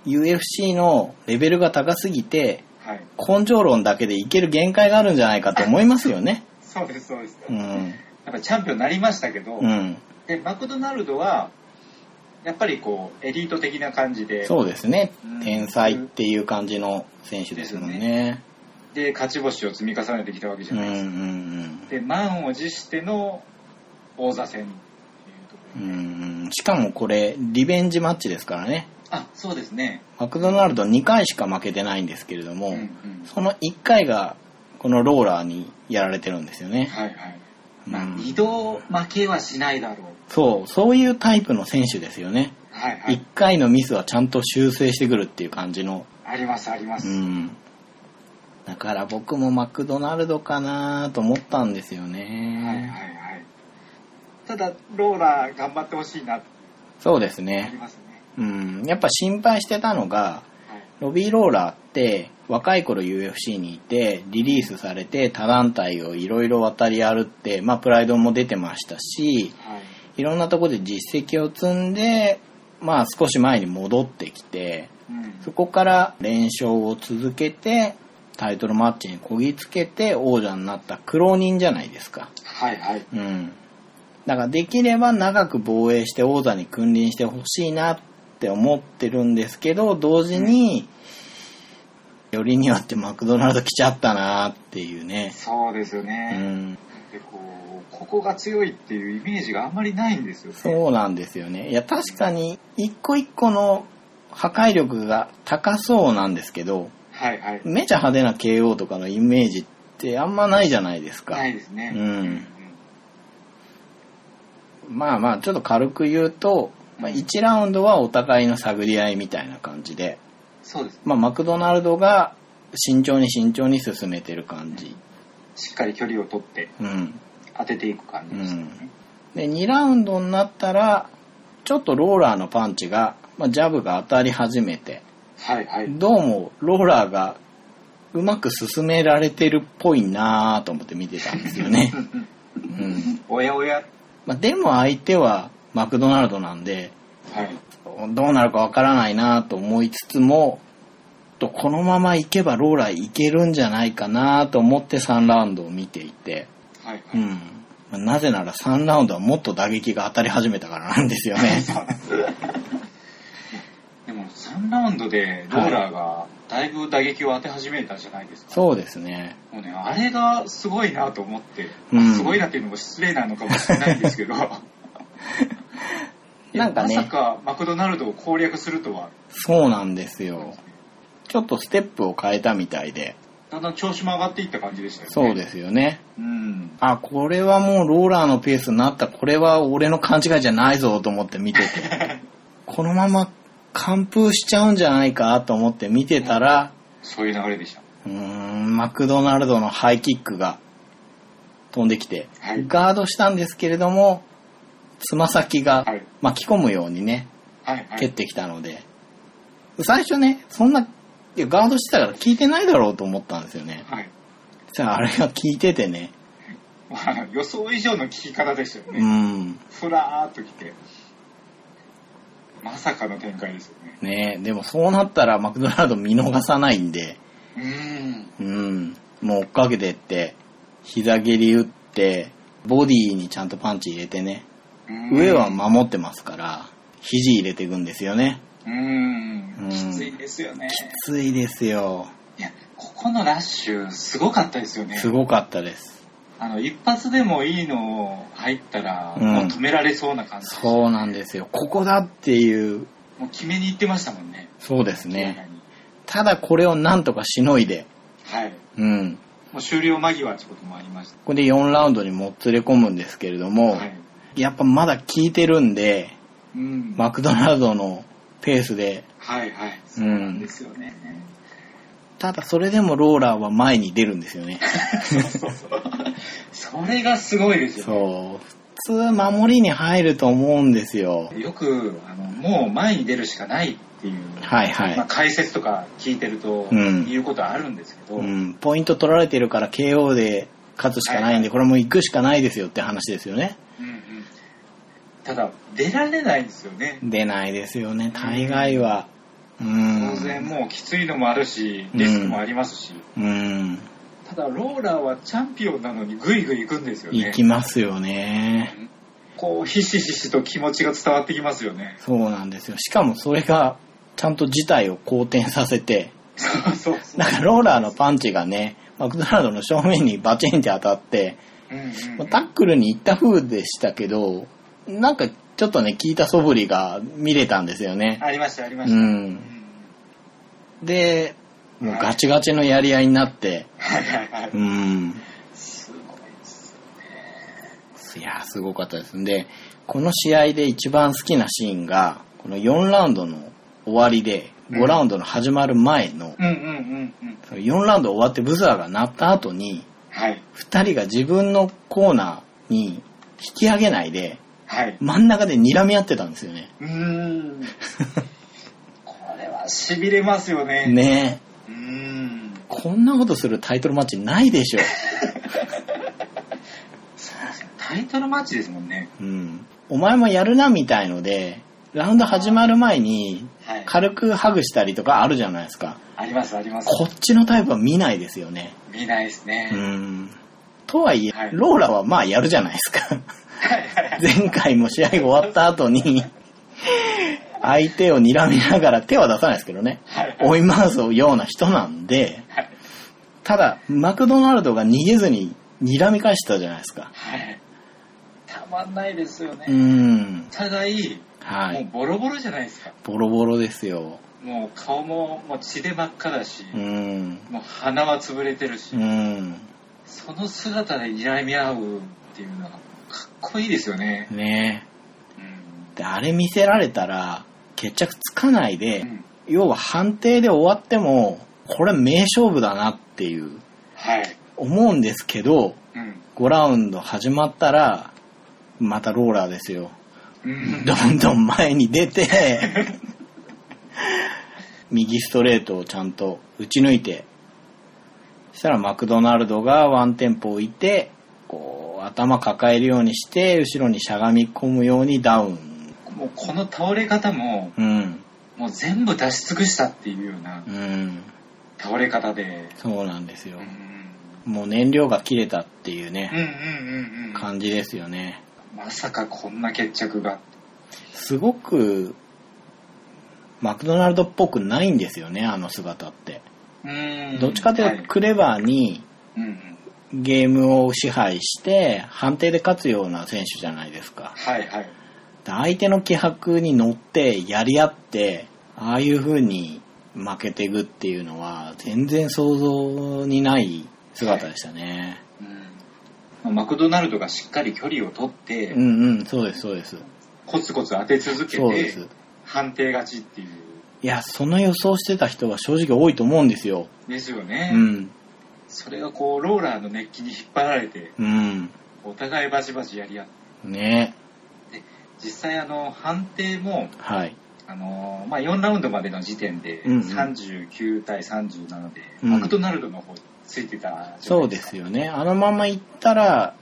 UFC のレベルが高すぎて、はい根性論だけでいける限界があるんじゃないかと思いますよね。そうですそうです、うん。やっぱチャンピオンになりましたけど、うん。でマクドナルドはやっぱりこうエリート的な感じでそうですねうん。天才っていう感じの選手ですもんね。で勝ち星を積み重ねてきたわけじうゃんうないんですか、で満を持しての王座戦っていうとこうろ、ん。うん。しかもこれ、リベンジマッチですからね。あそうですね、マクドナルド2回しか負けてないんですけれども、うんうんその1回が、このローラーにやられてるんですよね。はいはい、うまあ、ん移動負けはしないだろうそう、そういうタイプの選手ですよね。はいは一い回のミスはちゃんと修正してくるっていう感じの。ありますありまうす、ん。だから僕もマクドナルドかなと思ったんですよはいはいね。はいただローラー頑張ってほしいなってそうですありね。ますねうん。やっぱ心配してたのが、はいロビー・ローラーって若い頃 UFC にいてリリースされて他団体をいろいろ渡り歩って、まあプライドも出てましたし、はいいろんなところで実績を積んで、まあ少し前に戻ってきて、うんそこから連勝を続けて、タイトルマッチにこぎつけて王者になった苦労人じゃないですか。はいはいうん。だからできれば長く防衛して王座に君臨してほしいなって思ってるんですけど、同時に、よりによってマクドナルド来ちゃったなっていうね。そうですよねう、ん。でこうここが強いっていうイメージがあんまりないんですよねそうなんですよね。いや、確かに一個一個の破壊力が高そうなんですけど、はいはいめちゃ派手な KO とかのイメージってあんまないじゃないですか。ないですねうんまあまあ、ちょっと軽く言うと、まあ、うん1ラウンドはお互いの探り合いみたいな感じで、そうですまあ、マクドナルドが慎重に慎重に進めてる感じ。しっかり距離を取ってうん。当てていく感じですね、で、2ラウンドになったら、ちょっとローラーのパンチが、まあ、ジャブが当たり始めて、はいはいどうもローラーがうまく進められてるっぽいなぁと思って見てたんですよね。うん。おやおやまあ、でも相手はマクドナルドなんで、はいどうなるかわからないなと思いつつも、とこのまま行けばローラーいけるんじゃないかなと思って3ラウンドを見ていて、はいうはい、ん。まあなぜなら3ラウンドはもっと打撃が当たり始めたからなんですよ ね。 でも3ラウンドでローラーがだいぶ打撃を当て始めたじゃないですか、そうですね。もうねあれがすごいなと思って、うんすごいなっていうのも失礼なのかもしれないんです けどなんかねまさかマクドナルドを攻略するとはそうなんですよ。ちょっとステップを変えたみたいで。だんだん調子も上がっていった感じでしたよね。そうですよね。うん。あ、これはもうローラーのペースになった。これは俺の勘違いじゃないぞと思って見てて。 このまま完封しちゃうんじゃないかと思って見てたら、そういう流れでした。うーん、マクドナルドのハイキックが飛んできて、はいガードしたんですけれども、つま先がはい巻き込むようにね、はいは蹴っい。てきたので、最初ね、そんな、いやガードしてたから効いてないだろうと思ったんですよね。はい。 じゃあ、あれが効いててね、まあ、予想以上の聞き方でしたようね。ん、ふらーっと来て。まさかの展開ですよね。ねでもそうなったらマクドナルド見逃さないんで、うーん。うん、もう追っかけてって、膝蹴り打って、ボディにちゃんとパンチ入れてね、うん上は守ってますから、肘入れていくんですよね。ううんんきついですよねきついですよ。いやここのラッシュすごかったですよねすごかったです。あの一発でもいいの入ったら、うんもう止められそうな感じそうなんですよ。ここだっていう、もう決めに行ってましたもんねそうです明らね。かにただこれをなんとかしのいで、はいうん。もう終了間際ってこともありましここで4ラウンドにもつれ込むんですけれどたも、はいやっぱまだ効いてるんで、うんマクドナルドのペースで、はいはいそうなんですよね、 ただそれでもローラーは前に出るんですよね。そうそうそうそれがすごいですよねそう。普通守りに入ると思うんですよ。よくあのもう前に出るしかないっていう、はいはまあ、い。解説とか聞いてるとうん言うことはあるんですけど、うん、ポイント取られてるから KO で勝つしかないんで、これも行くしかないですよって話ですよね。うんうんただ出られないんですよね出ないですよね、大概は。うん。当然もうきついのもあるしリスクもありますし、うん。ただローラーはチャンピオンなのにグイグイ行くんですよね行きますよね。こうひしひしと気持ちが伝わってきますよねそうなんですよ。しかもそれが、ちゃんと事態を好転させて、 そうそうそうなんかローラーのパンチがね、マクドナルドの正面にバチンって当たって、うんうんまあタックルに行った風でしたけど、なんかちょっとね、聞いた素振りが見れたんですよね。ありましたありまう。した、うんんで、もうガチガチのやり合いになって、はいはいはい、うん。すごいですいやー、すごかったですんで、この試合で一番好きなシーンが、この4ラウンドの終わりで、5うんラウンドの始まる前の、うんうんうんうんその4ラウンド終わってブザーが鳴った後に、はい2人が自分のコーナーに引き上げないで、はい真ん中で睨み合ってたんですよね。うーんこれはしびれますよねねえ。うーんこんなことするタイトルマッチないでしょ。タイトルマッチですもんねうん。お前もやるなみたいので、ラウンド始まる前にはい軽くハグしたりとかあるじゃないですか。ありますありますこっちのタイプは見ないですよね。見ないですね、うん。とはいえ、はいローラはまあやるじゃないですか。 はいはいはい前回も試合終わった後に、相手を睨みながら手は出さないですけどね。はい追い回すような人なんで、はいただ、マクドナルドが逃げずに睨み返したじゃないですか。はいたまんないですよね、うんお。互いはもうい。ボロボロじゃないですかボロボロですよ。もう顔ももう血で真っ赤だし、うん。もう鼻は潰れてるし、うん。その姿で睨み合うっていうのがかっこいいですよね、ねうんえ。で、あれ見せられたら、決着つかないで、うん要は判定で終わっても、これ名勝負だなっていう、はい、思うんですけど、うん5ラウンド始まったら、またローラーですよ。うん、どんどん前に出 て、右ストレートをちゃんと打ち抜いて、そしたらマクドナルドがワンテンポ置いて、こう、頭抱えるようにして、後ろにしゃがみ込むようにダウン。もうこの倒れ方もうん。もう全部出し尽くしたっていうようなうん。倒れ方で、そうなんですようん、。もう燃料が切れたっていううんうね、んうんうん感じですよね。まさかこんな決着がすごく、マクドナルドっぽくないんですよね、あの姿って。うんどっちかというと、クレバーに、うんうんゲームを支配して判定で勝つような選手じゃないですか。はいはでい相手の気迫に乗ってやり合って、ああいう風に負けていくっていうのは全然想像にない姿でしたね。うんマクドナルドがしっかり距離を取って、うんうん、そうですそうです。コツコツ当て続けそうでてす。判定勝ちっていういや、その予想してた人が正直多いと思うんですよ。ですよね、うん。それがこうローラーの熱気に引っ張られてうん。お互いバチバチやり合ってね実際あの判定もはい。あのーまあ、4ラウンドまでの時点でうんうん39対37で、うんマクドナルドの方についてたじゃないかそうですよね。あのまま行ったら、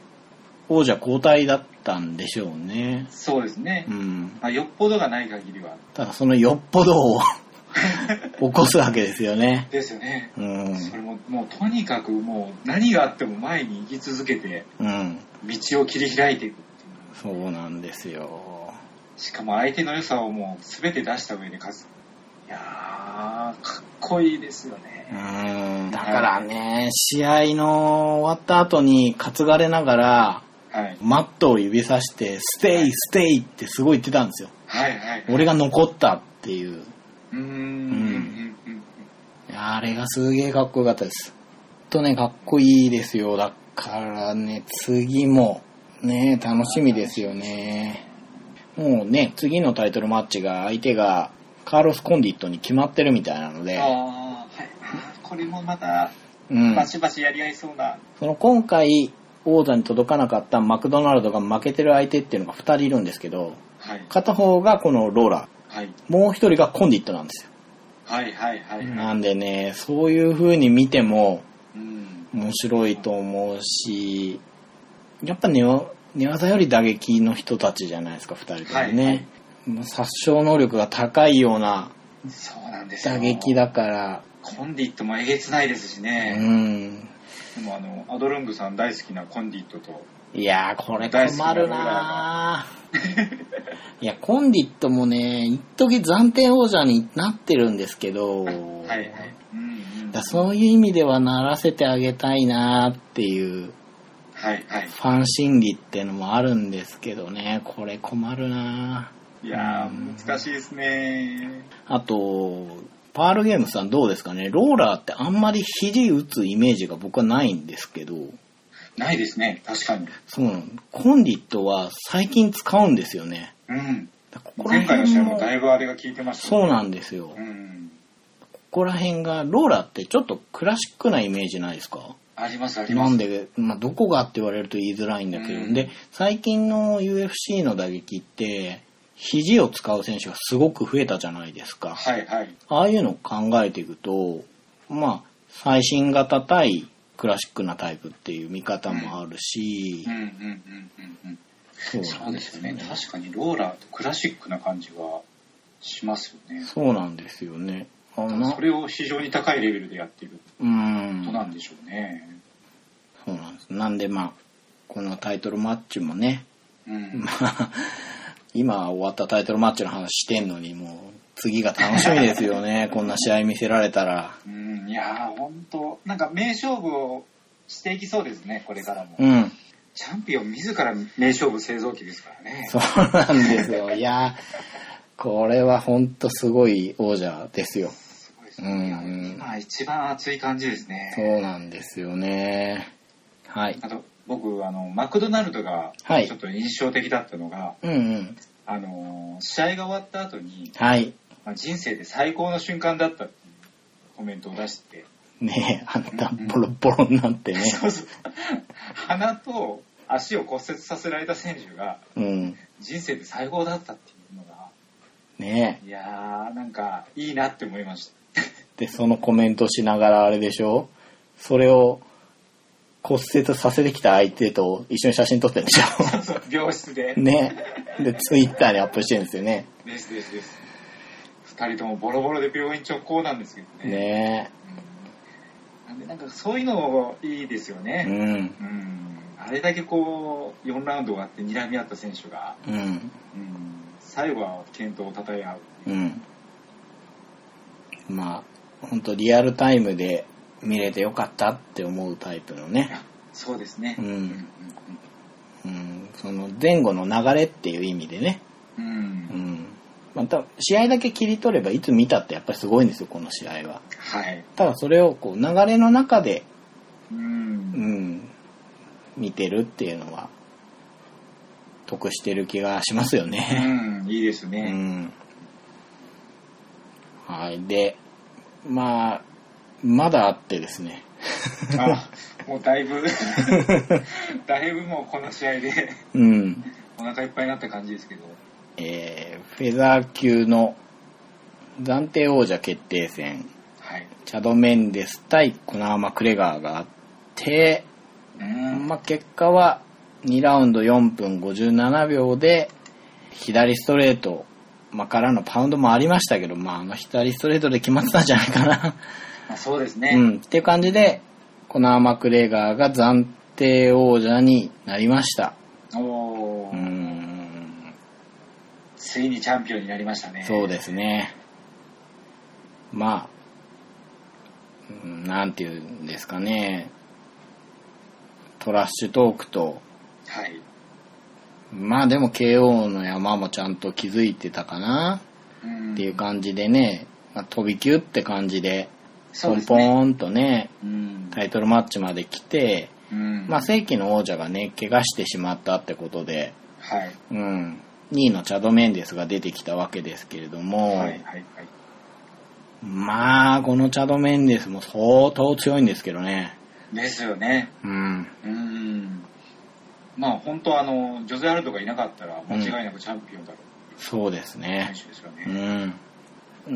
王者交代だったんでしょうね。そうですねう、ん。まあ、よっぽどがない限りはただそのよっぽどを 起こすわけですよね。ですよね、うん。それももうとにかくもう何があっても前に行き続けてうん。道を切り開いていくっていそううなんですよ。しかも相手の良さをもう全て出した上で勝ついやーかっこいいですようねん。だからね、試合の終わった後に担がれながら、はいマットを指さして、ステイ、ステイってすごい言ってたんですよ。はいはい俺が残ったっていう。うーんうんうんうんいやあれがすげえかっこよかったです。ほんとね、かっこいいですよ。だからね、次も、ね、楽しみですよね。もうね、次のタイトルマッチが相手がカーロス・コンディットに決まってるみたいなので、あーはい、あーこれもまたうん。バシバシやり合いそうな、その今回、王座に届かなかったマクドナルドが負けてる相手っていうのが2人いるんですけど、はい片方がこのローラはいー、もう1人がコンディットなんですよ。はいはいはいはいなんでね、そういう風に見ても、うん面白いと思うしやっぱ寝わ寝技より打撃の人たちじゃないですか2人ともね、もう殺傷能力が高いようなそうなんですよ打撃だからコンディットもえげつないですしうね、んでもあのアドルングさん大好きなコンディットといやーこれ困るなーいやコンディットもね一時暫定王者になってるんですけど、はいはいうんうんだからそういう意味ではならせてあげたいなーっていうはいはいファン心理ってのもあるんですけどねこれ困るなーいやー難しいですねあと、パールゲームさんどうですかねローラーってあんまり肘打つイメージが僕はないんですけど、ないですね確かにそうなのコンディットは最近使うんですよね。うんここら前回の試辺合もだもいぶあれが効いてましたそうねなんですよ。こうんこら辺が、ローラーってちょっとクラシックなイメージないですかありますありまなすんで、まあ、どこがって言われると言いづらいんだけど、うんで、最近の UFC の打撃って、肘を使う選手がすごく増えたじゃないですか。はいはいああいうのを考えていくと、まあ、最新型対クラシックなタイプっていう見方もあるしうん、うんうんうんうんなそんうですよね。確かにローラーとクラシックな感じがしますよね。そうなんですよね。あなそれを非常に高いレベルでやっているうこんと。なんでしょうね。そうなんです。なんでまあ、このタイトルマッチもね、 うんま。あ、今終わったタイトルマッチの話してんのに、もう、次が楽しみですよね。 こんな試合見せられたら。うん、いやー、本当なんか名勝負をしていきそうですね、これからも。うん。チャンピオン自ら名勝負製造機ですからね。そうなんですよ。いや、これはほんとすごい王者ですよ。すごいですね。うんうん今一番熱い感じですそね。うなんですよね。はい。あと、僕、あの、マクドナルドが、はいちょっと印象的だったのが、うんうん。あのー、試合が終わった後に、はい。まあ、人生で最高の瞬間だったっていうコメントを出して、ねえ、あんたうんうんボロボロになってね。そうそう鼻と足を骨折させられた選手がうん。人生で最高だったっていうのがねいやーなんかいいなって思いましえ。で、そのコメントしながらあれでしょそれを骨折させてきた相手と一緒に写真撮ってるでしたそう 病室で、 ょねえ。で、ツイッターにアップしてるんですよね。ですですです2人ともボロボロで病院直行なんですけどねねうんなんでなんかそういうのいいですよえ。うね、ん。うんあれだけこう4ラウンド終わって睨み合った選手が、うん。うん最後は健闘をたたえ合うってう。いうんまあ、ほんとリアルタイムで見れてよかったって思うタイプのね。そうですねうんうんうん、その前後の流れっていう意味でね、うんうんうん、また試合だけ切り取ればいつ見たってやっぱりすごいんですよこの試合ははい。ただそれをこう流れの中で、う。うんん、見てるっていうのは得してる気がしますようね、ん、いいですうね。ん、はいでまあまだあってですねあもうだいぶ だいぶもうこの試合でうん。お腹いっぱいになった感じですけどえーフェザー級の暫定王者決定戦、はいチャド・メンデス対コナーマ・クレガーがあって、うんまあ、結果は2ラウンド4分57秒で左ストレート、まあ、からのパウンドもありましたけど、まあ、あの左ストレートで決まってたんじゃないかな。まあそうですね、うん、っていう感じで、コナーマ・クレガーが暫定王者になりました。おお、うーん、ついにチャンピオンになりましたねそうですね。まあ、うんなんていうんですかね、トラッシュトークと、はいまあでも KO の山もちゃんと気づいてたかなうんっていう感じでね、まあ、飛び級って感じで、そポうでンすポねーンとね、うんタイトルマッチまで来て、うんまあ、正規の王者がね、怪我してしまったってことで、はいうん、2位のチャド・メンデスが出てきたわけですけれども、はいはいはいまあ、このチャド・メンデスも相当強いんですけどね。ですよねうん。うんまあ本当あのジョゼ・アルドがいなかったら間違いなくチャンピオンだろそうですう選ね。手ですようね、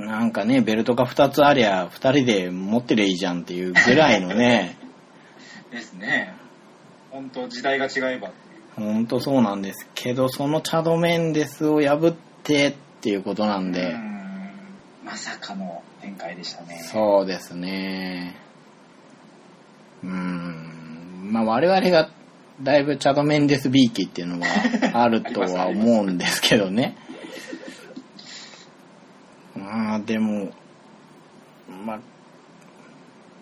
ん。なんかね、ベルトが2つありゃ、2人で持ってりゃいいじゃんっていうぐらいのね、 ですね本当時代が違えばっていうほんとそうなんですけど、そのチャド・メンデスを破ってっていうことなんで、うーんまさかの展開でしたね。そうですね。うーん。まあ我々がだいぶチャドメンデスビーキっていうのはあるとは思うんですけどね。まあでも、まあ、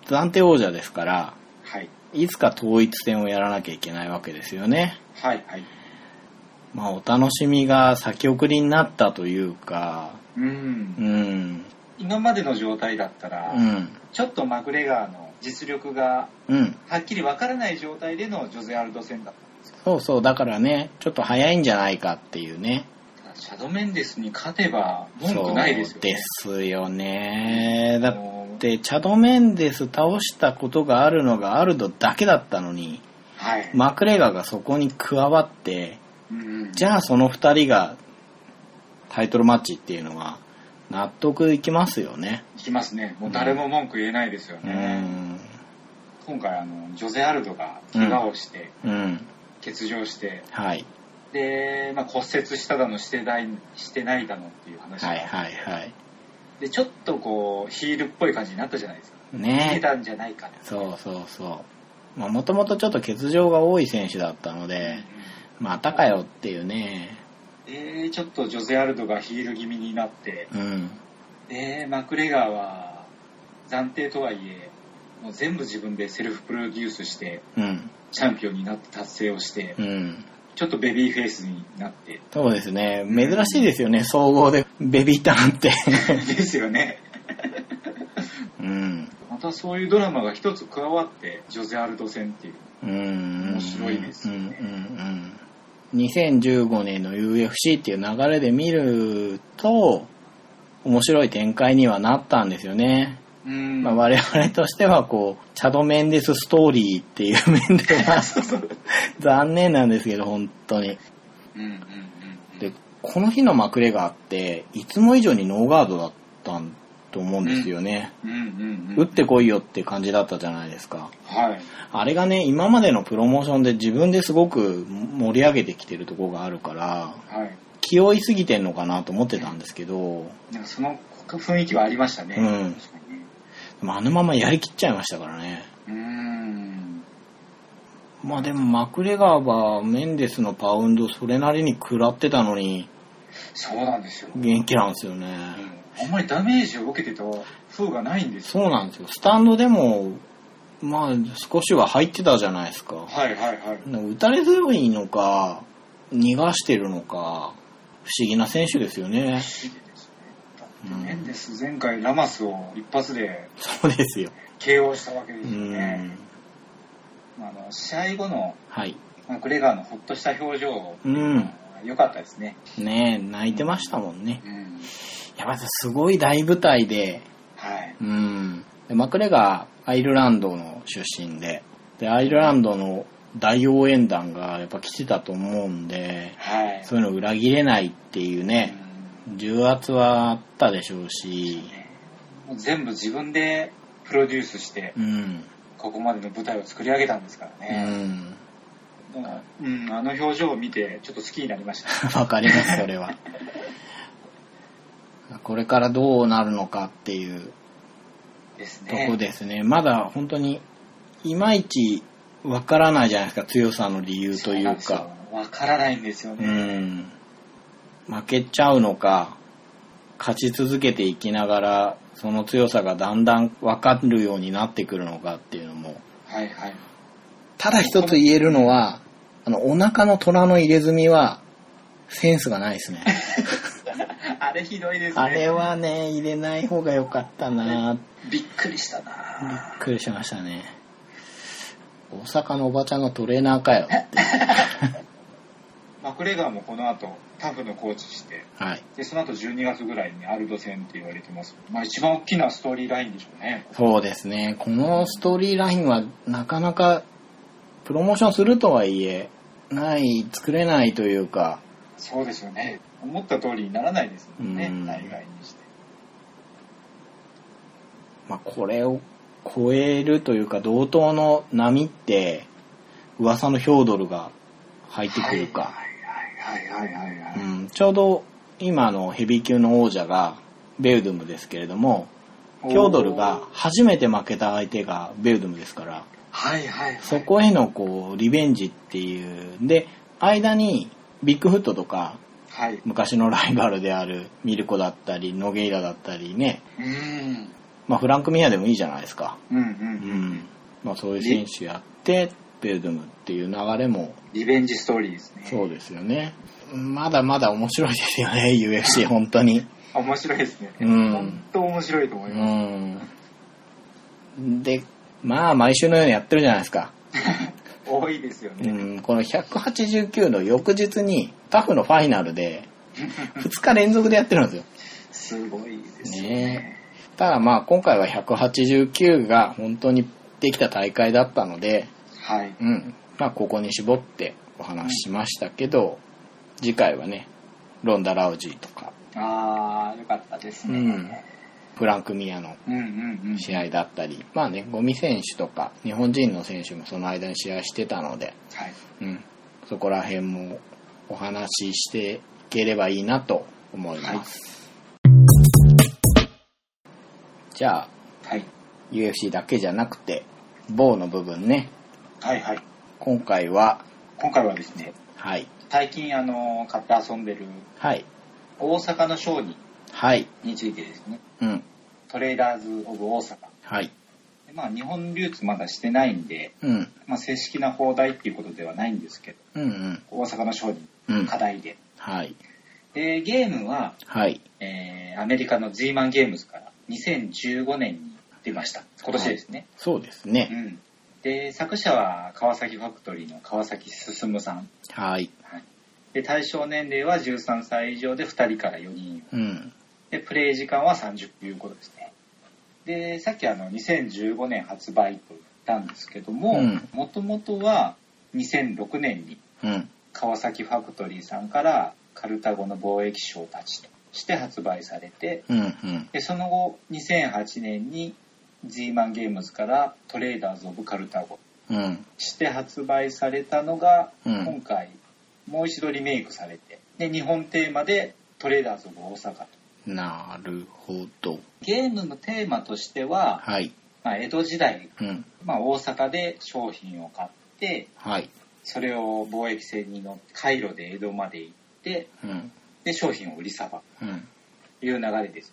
暫定王者ですから、はい。いつか統一戦をやらなきゃいけないわけですよね。はい、はい。まあお楽しみが先送りになったというか、う。うんん、今までの状態だったら、うん、ちょっとマクレガーの実力がうん。はっきりわからない状態でのジョゼ・アルド戦だっそうそう、だからね、ちょっと早いんじゃないかっていうね。たらシャドメンデスに勝てば文句ないですよね。そうですよね。だっもうて、チャド・メンデス倒したことがあるのがアルドだけだったのに、はい。マクレガーがそこに加わって、うんじゃあその二人がタイトルマッチっていうのは納得いきますよね。いきますね。もう誰も文句言えないですようね。ん。今回、あの、ジョゼ・アルドが怪我をして、うん。欠場して、はい。で、まあ、骨折しただの、してない、してないだのっていう話がはいはいはい。でちょっとこうヒールっぽい感じになったじゃないですか逃げねたんじゃないかな、そうそうそう。まあもともとちょっと欠場が多い選手だったので、またかよっていうね。でちょっとジョゼ・アルドがヒール気味になってうん。でマクレガーは暫定とはいえもう全部自分でセルフプロデュースしてうん。チャンピオンになって達成をして、うん。ちょっとベビーフェイスになってそうですね。珍しいですよね。総合でベビーターンって。 ですよねうん。またそういうドラマが一つ加わってジョゼ・アルド戦っていううん。面白いですよねうんうんうん。2015年の UFC っていう流れで見ると、面白い展開にはなったんですよね。うんまあ、我々としてはこう、チャド・メンデスストーリーっていう面で はそうそう残念なんですけど、本当に。うんうんうんうんで、この日のマクレガーって、いつも以上にノーガードだったと思うんですよね。うんうんう打っんてこいよって感じだったじゃないですか。はいあれがね、今までのプロモーションで自分ですごく盛り上げてきてるとこがあるから、はい気負いすぎてんのかなと思ってたんですけど、なんかその雰囲気はありましたね。うん確かにねでもあのままやりきっちゃいましたからね。うーん。まあでもマクレガーはメンデスのパウンドそれなりに食らってたのにそうなんですよ。うん元気なんですよね。あんまりダメージを受けてた風がないんですよ。そうなんですよ。スタンドでも、まあ少しは入ってたじゃないですか。はいはいはい。打たれ強いのか、逃がしてるのか、不思議な選手ですよね。だってメンデス前回ラマスを一発でそうですよ。 KO したわけでうすよねん。。まああの試合後のはい。まあグレガーのほっとした表情、うん。良かったですね。ねえ、泣いてましたもんね。うん。やっぱすごい大舞台で、はい。うん。でマクレがアイルランドの出身で、で、アイルランドの大応援団がやっぱ来てたと思うんで、はい。そういうの裏切れないっていうね、重圧はあったでしょうし、うんもう全部自分でプロデュースして、うん、ここまでの舞台を作り上げたんですからうね。ん、だからうん、あの表情を見て、ちょっと好きになりました。 わかります、それは。これからどうなるのかっていうですと ね。こですね。まだ本当に、いまいちわからないじゃないですか、強さの理由というそうかな。んですよ。わからないんですようね。ん。負けちゃうのか、勝ち続けていきながら、その強さがだんだんわかるようになってくるのかっていうのも。はいはい。ただ一つ言えるのは、あの、お腹の虎の入れ墨は、センスがないですね。あれひどいですね。あれはね、入れない方が良かったなびっくりしたびっなくりしましたね。大阪のおばちゃんのトレーナーかよって。マクレガーもこの後、タフのコーチして、はい。で、その後12月ぐらいにアルド戦って言われてます。まあ一番大きなストーリーラインでしょうね。そうですね。このストーリーラインはなかなかプロモーションするとはいえ、ない、作れないというか、そうですよね。思った通りにならないですもんねう。ん大概にして。まあ、これを超えるというか、同等の波って、噂のヒョードルが入ってくるか。はいはいはいはいはうい。ん、ちょうど今のヘビー級の王者がベウドゥムですけれども、おーキョードルが。初めて負けた相手がベウドゥムですから、はいはいはい。そこへのこう、リベンジっていう、で、間にビッグフットとか、はい。う昔のライバルであるミルコだったり、ノゲイラだったりね、ーん。まあフランク・ミラーでもいいじゃないですか。うんうんううん。ん。まあそういう選手やって、ベウドゥムっていう流れもリベンジストーリーですね。そうですよね。まだまだ面白いですよね、UFC 本当に。面白いですね。うん本当面白いと思います。うん。で、まあ、毎週のようにやってるじゃないですか。多いですようね。ん、この189の翌日に、タフのファイナルで、2日連続でやってるんですよ。すごいですねよね。ただまあ、今回は189が本当にできた大会だったので、はい。うん、まあ、ここに絞ってお話ししましたけど、次回はね、ロンダ・ラウジーとか、ああ、よかったですうね。ん、フランク・ミアのうんうんうん。試合だったり、まあね、ゴミ選手とか、日本人の選手もその間に試合してたので、はい。うん、そこら辺もお話ししていければいいなと思います。じゃあ、はい。 UFC だけじゃなくて、棒の部分ね、はいはい。今回は、今回はですね、はい、最近あの、買って遊んでるはい、大阪の商人はい、についてですね、うん、トレーダーズ・オブ・大阪。はい、でまあ、日本流通まだしてないんで、うん、まあ、正式な放題っていうことではないんですけど、うん、うん、大阪の商人、うん、課題で。はい、で、ゲームは、はい、えーアメリカの G マンゲームズから2015年に出ました。今年ですね。そうですうね、ん。で、作者は川崎ファクトリーの川崎進さん。はい、はい。で、対象年齢は13歳以上で2人から4人。うん、で、プレイ時間は30分いうことですね。で、さっきあの、2015年発売と言ったんですけどもうん、もともとは2006年にうん、川崎ファクトリーさんからカルタゴの貿易商たちとして発売されて、うん、うん、でその後2008年に G マンゲームズからトレーダーズ・オブ・カルタゴうん、して発売されたのが、うん今回もう一度リメイクされてで日本テーマでトレーダーズ・オブ・大阪となるほど。ゲームのテーマとしては、はい。まあ、江戸時代、うん。まあ、大阪で商品を買ってはい。それを貿易船に乗って回路で江戸まで行ってうん。で商品を売りさばくうん。という流れです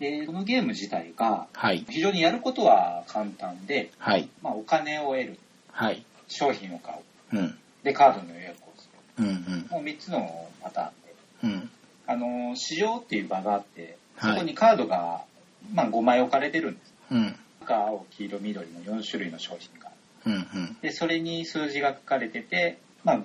ねでこのゲーム自体がはい。非常にやることは簡単で、はい。まあ、お金を得るはい。商品を買ううん。でカードの予約をすうん。うんるもう3つのパターンでうん。あの市場っていう場があってそはいこにカードが、まあ、5枚置かれてるんですうん。赤青黄色緑の4種類の商品がうん。うん。でそれに数字が書かれてて、まあ、532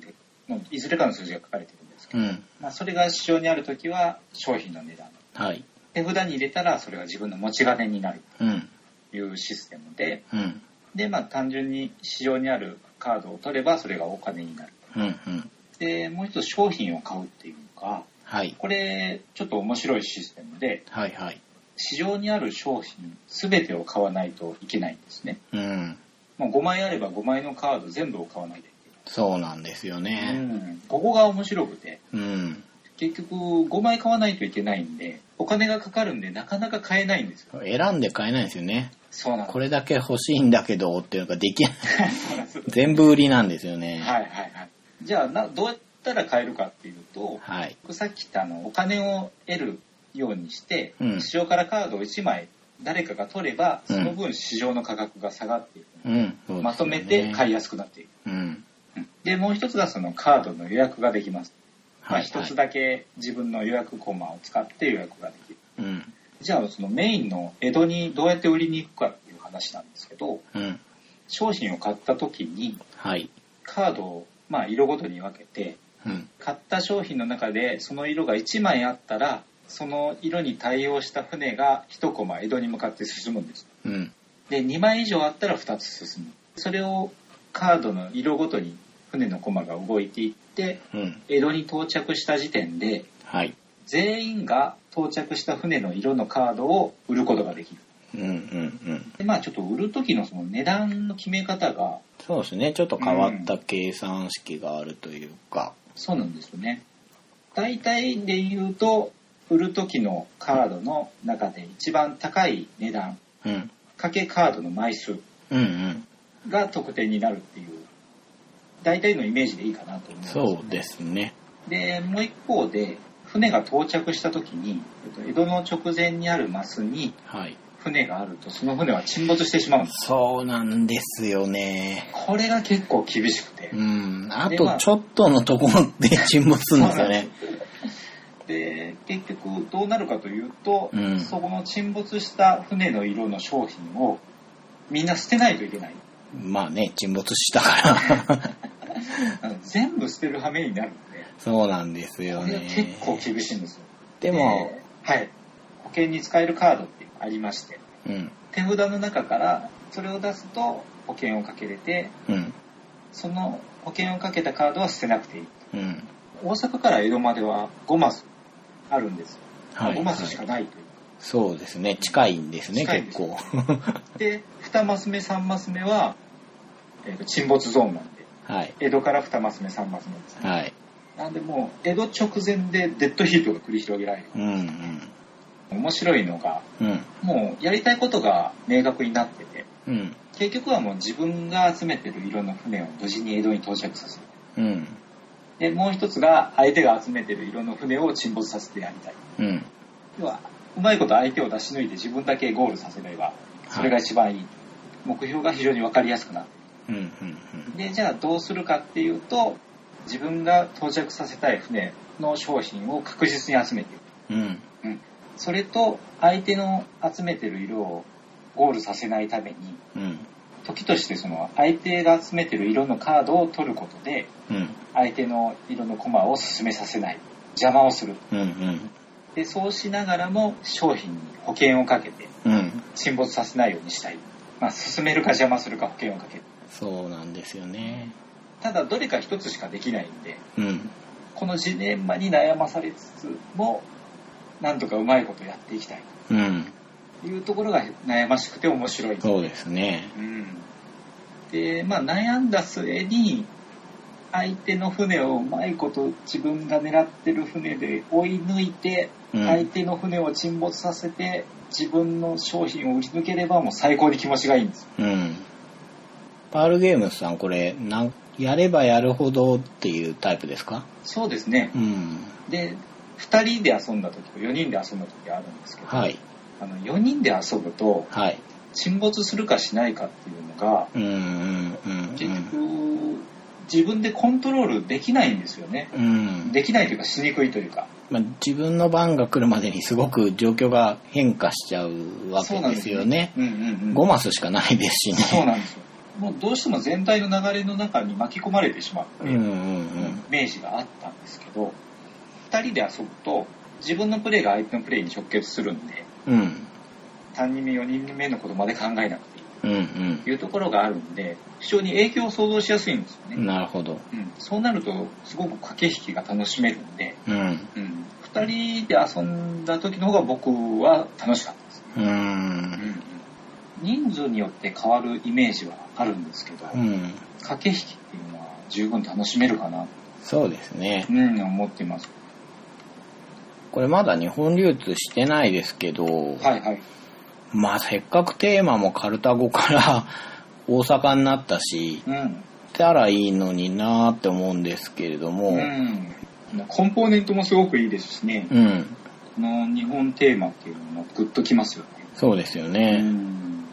というのいずれかの数字が書かれてるんですけど、うん。まあ、それが市場にある時は商品の値段はい。手札に入れたらそれが自分の持ち金になるうん。いうシステムで、うん。で、まあ、単純に市場にあるカードを取ればそれがお金になる。うん。うん。で、もう一つ商品を買うっていうのが、はい。これちょっと面白いシステムで、はいはい。市場にある商品全てを買わないといけないんですね。うん。もう5枚あれば5枚のカード全部を買わないといそうなんですよけない。ね。うんここが面白くて、うん。結局5枚買わないといけないんで、お金がかかるんでなかなか買えないんですよ。選んで買えないんですよね。そうなんですこれだけ欲しいんだけどっていうのができない。 そうなんです。全部売りなんですよね。はいはいはい。じゃあな、どうやったら買えるかっていうと、はい。さっき言ったあのお金を得るようにして、うん市場からカードを1枚誰かが取ればうんその分市場の価格が下がっていく、うん。そうですよねまとめて買いやすくなっていく、うん。うんでもう一つがそのカードの予約ができます、はい。まあ、一つだけ自分の予約コマを使って予約ができるはい。うん。じゃあそのメインの江戸にどうやって売りに行くかっていう話なんですけどうん。商品を買った時にはい。カードをまあ色ごとに分けてうん。買った商品の中でその色が1枚あったらその色に対応した船が1コマ江戸に向かって進むんですうん。で2枚以上あったら2つ進むそれをカードの色ごとに船のコマが動いていってうん。江戸に到着した時点ではい。全員が到着した船の色のカードを売ることができるうん。うん。うん。でまあちょっと売る時のその値段の決め方がそうですね。ちょっと変わった計算式があるというか。そうなんですよね。大体で言うと、売る時のカードの中で一番高い値段、うん。かけカードの枚数うんうん。が得点になるっていう、大体のイメージでいいかなと思います、そうですね。で、もう一方で、船が到着した時に、えっと江戸の直前にあるマスにはい。船があると、その船は沈没してしまうんです。そうなんですよね。これが結構厳しくてう。ん。あでまとあちょっとのところで沈没するんですよね。で結局どうなるかというと、うんそこの沈没した船の色の商品をみんな捨てないといけないまあね、沈没したから。あの全部捨てる羽目になるんでそうなんですよこれはね結。構厳しいんですよでも、ではい保険に使えるカードってありましてうん。手札の中からそれを出すと保険をかけれてうん。その保険をかけたカードは捨てなくていいうん。大阪から江戸までは5マスあるんですよ、はい。 5はマいスしかないというそうですね。近いんですね、近いんで結す構。で2マス目3マス目は、えーと沈没ゾーンなんではい。江戸から2マス目3マス目ですねはい。なんでもう江戸直前でデッドヒートが繰り広げられるうんうん。面白いのがうん。もうやりたいことが明確になっててうん。結局はもう自分が集めてる色の船を無事に江戸に到着させるうん。でもう一つが相手が集めてる色の船を沈没させてやりたいうん。要はうまいこと相手を出し抜いて自分だけゴールさせればそれが一番いい目標が非常に分かりやすくなるうん。うん。でじゃあどうするかっていうと自分が到着させたい船の商品を確実に集めていくうん。うん。それと相手の集めてる色をゴールさせないためにうん。時としてその相手が集めてる色のカードを取ることでうん。相手の色のコマを進めさせない邪魔をするうん。うん。でそうしながらも商品に保険をかけてうん。沈没させないようにしたい、まあ、進めるか邪魔するか保険をかけるそうなんですよね。ただどれか一つしかできないんでうん。このジレンマに悩まされつつもなんとかうまいことやっていきたいうん。というところが悩ましくて面白い、そうですね。うん、でまあ悩んだ末に相手の船をうまいこと自分が狙ってる船で追い抜いてうん。相手の船を沈没させて自分の商品を売り抜ければもう最高に気持ちがいいんですようん。パールゲームズさん、これ、なんやればやるほどっていうタイプですかそうですねうん。で2人で遊んだ時と4人で遊んだ時あるんですけど、はい。あの4人で遊ぶとはい。沈没するかしないかっていうのがうんうんうん結局、自分でコントロールできないんですよねうん。うん。できないというかしにくいというかまあ、自分の番が来るまでにすごく状況が変化しちゃうわけですよね。うんうんう5んマスしかないですしそうね。なんですよもうどうしても全体の流れの中に巻き込まれてしまって、うんうんうん。イメージがあったんですけど2人で遊ぶと自分のプレーが相手のプレーに直結するんでうん。 3人目4人目のことまで考えなくていういんというところがあるんで非常に影響を想像しやすいんですよね、うん。なるほど。うん、そうなるとすごく駆け引きが楽しめるんで、うん。うん、2人で遊んだ時の方が僕は楽しかったです、うーん。人数によって変わるイメージはあるんですけど、うん。駆け引きっていうのは十分楽しめるかなと、そうですねう。ん、思ってますこれまだ日本流通してないですけど、はいはいまあせっかくテーマもカルタゴから 大阪になったし、うん、したらいいのになーって思うんですけれども、うん、コンポーネントもすごくいいですしね、うん、この日本テーマっていうのもグッときますよそうですよね、ね。ん、